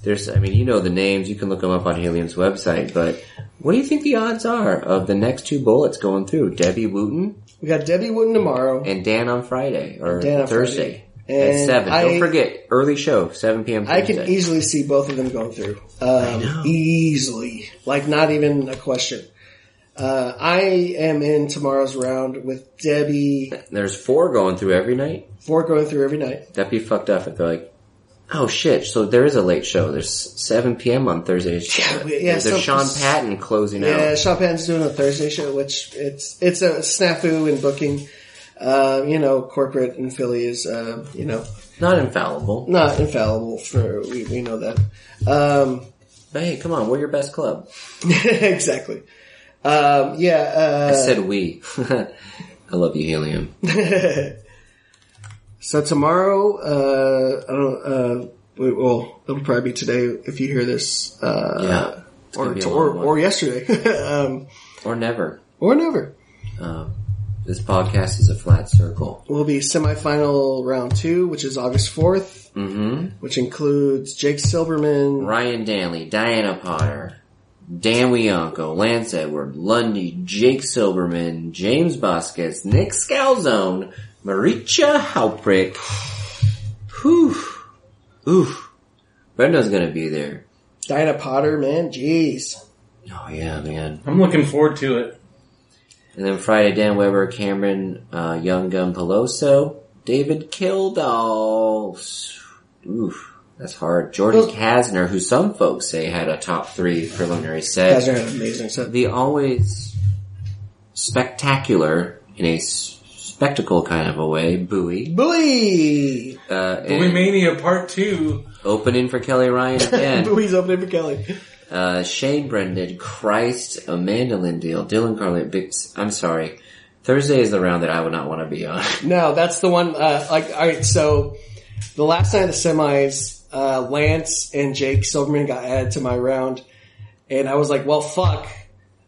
D: there's. I mean, you know the names. You can look them up on Helium's website. But what do you think the odds are of the next two bullets going through? Debbie Wooten
A: We got Debbie Wooten tomorrow.
D: and Dan on Friday or
A: Dan on
D: Thursday
A: Friday.
D: at
A: And
D: seven.
A: I-
D: Don't forget early show seven p.m.
A: I can
D: Thursday.
A: easily see both of them going through. Um, easily. Like not even a question. Uh, I am in tomorrow's round with Debbie
D: There's four going through every night.
A: Ford going through every night.
D: That'd be fucked up if they're like, oh shit. So there is a late show. There's seven p.m. on Thursdays.
A: Yeah, we- yeah,
D: There's
A: some-
D: Sean Patton closing
A: Yeah,
D: out.
A: Sean Patton's doing a Thursday show, which it's it's a snafu in booking. Uh, you know, corporate in Philly is uh, you know
D: Not infallible.
A: not infallible. For we, we know that um,
D: But hey, come on, we're your best club.
A: exactly. Um,
D: I
A: yeah. Uh,
D: said we. I love you, Helium.
A: so tomorrow, uh, I don't. Uh, we, well, it'll probably be today if you hear this, uh,
D: Yeah. It's gonna
A: or
D: be a
A: or,
D: long one.
A: or yesterday, um,
D: or never.
A: or never.
D: Um, this podcast is a flat circle.
A: Will be semifinal round two, which is August 4th
D: Mm-hmm.
A: which includes Jake Silverman,
D: Ryan Danley, Diana Potter, Dan Wianco, Lance Edward, Lundy, Jake Silverman, James Bosquez, Nick Scalzone, Maricha Halprick. Whew. Oof. Brenda's gonna be there.
A: Dinah Potter, man, jeez.
D: Oh yeah, man.
B: I'm looking forward to it.
D: And then Friday, Dan Weber, Cameron, uh, Young Gun Peloso, David Kildall. Oof. That's hard. Jordan Kasner, who some folks say had a top three preliminary set.
A: Guys are having an amazing set.
D: the always spectacular in a s- spectacle kind of a way, Bowie.
A: Bowie!
D: Uh,
B: Bowie
D: and
B: Mania Part 2.
D: opening for Kelly Ryan again.
A: Bowie's opening for Kelly.
D: uh, Shane Brendan, Christ, Amanda Lindale, Dylan Carlett, Big, I'm sorry. Thursday is the round that I would not want to be on.
A: No, that's the one, uh, like, alright, so the last night of the semis, uh, Lance and Jake Silverman got added to my round, and I was like, well, fuck.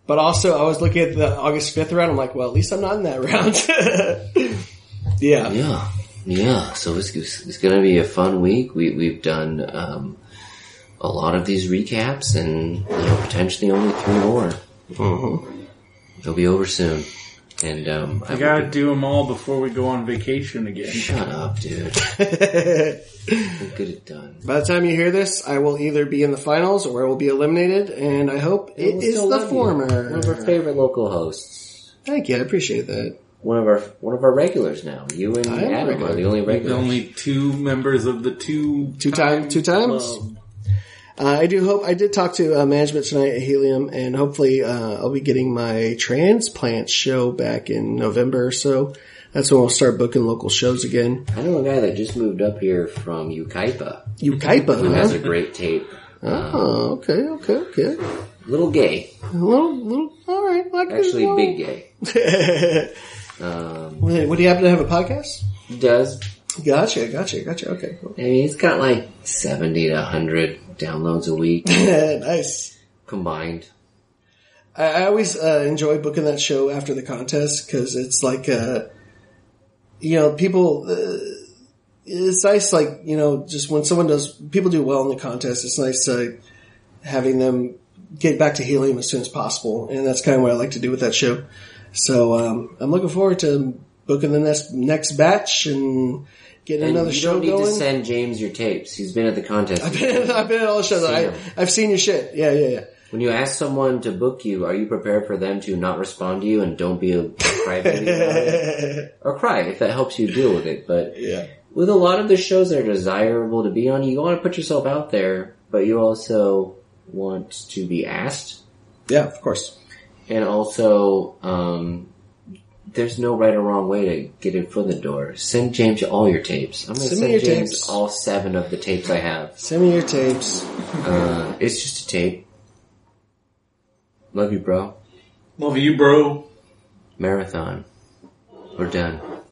A: But also, I was looking at the August 5th round, I'm like, well, at least I'm not in that round. yeah.
D: Yeah, yeah. So it's it's going to be a fun week. We we've done um, a lot of these recaps, and you know, potentially only three more. They'll be over soon, and um, I
B: I gotta do them all before we go on vacation again.
D: shut up, dude. We'll get it done.
A: By the time you hear this, I will either be in the finals or I will be eliminated, and I hope it
D: We'll
A: is
D: still
A: the
D: love you. One of our
A: former.
D: favorite local hosts.
A: Thank you, I appreciate that.
D: One of our one of our regulars now. You and
A: I am a
D: Adam are
A: regular.
D: the only
B: The
D: regulars.
B: only two members of the two
A: Two time, two times.
B: club.
A: Uh, I do hope I did talk to uh, management tonight at Helium, and hopefully uh, I'll be getting my transplant show back in November or so. That's when we'll start booking local shows again.
D: I know a guy that just moved up here from Ukaipa who
A: Ukaipa,
D: has a
A: huh?
D: great tape.
A: Oh, okay, okay, okay.
D: Little gay,
A: A little, little. All right, like this
D: actually
A: one.
D: big gay.
A: Wait, Would you happen to have a podcast?
D: He does
A: Gotcha, gotcha, gotcha. Okay, cool.
D: I mean, it's got like 70 to 100 downloads a week
A: nice.
D: combined.
A: I, I always uh, enjoy booking that show after the contest because it's like, uh, you know, people. Uh, it's nice, like you know, just when someone does, people do well in the contest. It's nice uh, having them get back to helium as soon as possible, and that's kind of what I like to do with that show. So um, I'm looking forward to booking the next next batch and getting
D: And
A: another
D: you
A: show
D: don't need
A: going.
D: to send James your tapes. He's been at the contest.
A: I've been at all the shows. I,
D: Sam.
A: I've seen your shit. Yeah, yeah, yeah.
D: when you ask someone to book you, are you prepared for them to not respond to you and don't be a cry baby about it? Or cry if that helps you deal with it. But
A: Yeah.
D: with a lot of the shows that are desirable to be on, you want to put yourself out there, but you also want to be asked
A: Yeah, of course.
D: And also, um, there's no right or wrong way to get in foot in the door. Send James all your tapes. I'm gonna
A: Send
D: send,
A: me your
D: James
A: tapes.
D: all seven of the tapes I have.
A: Send me your tapes.
D: Uh, it's just a tape. Love you, bro.
B: Love you, bro.
D: marathon. We're done.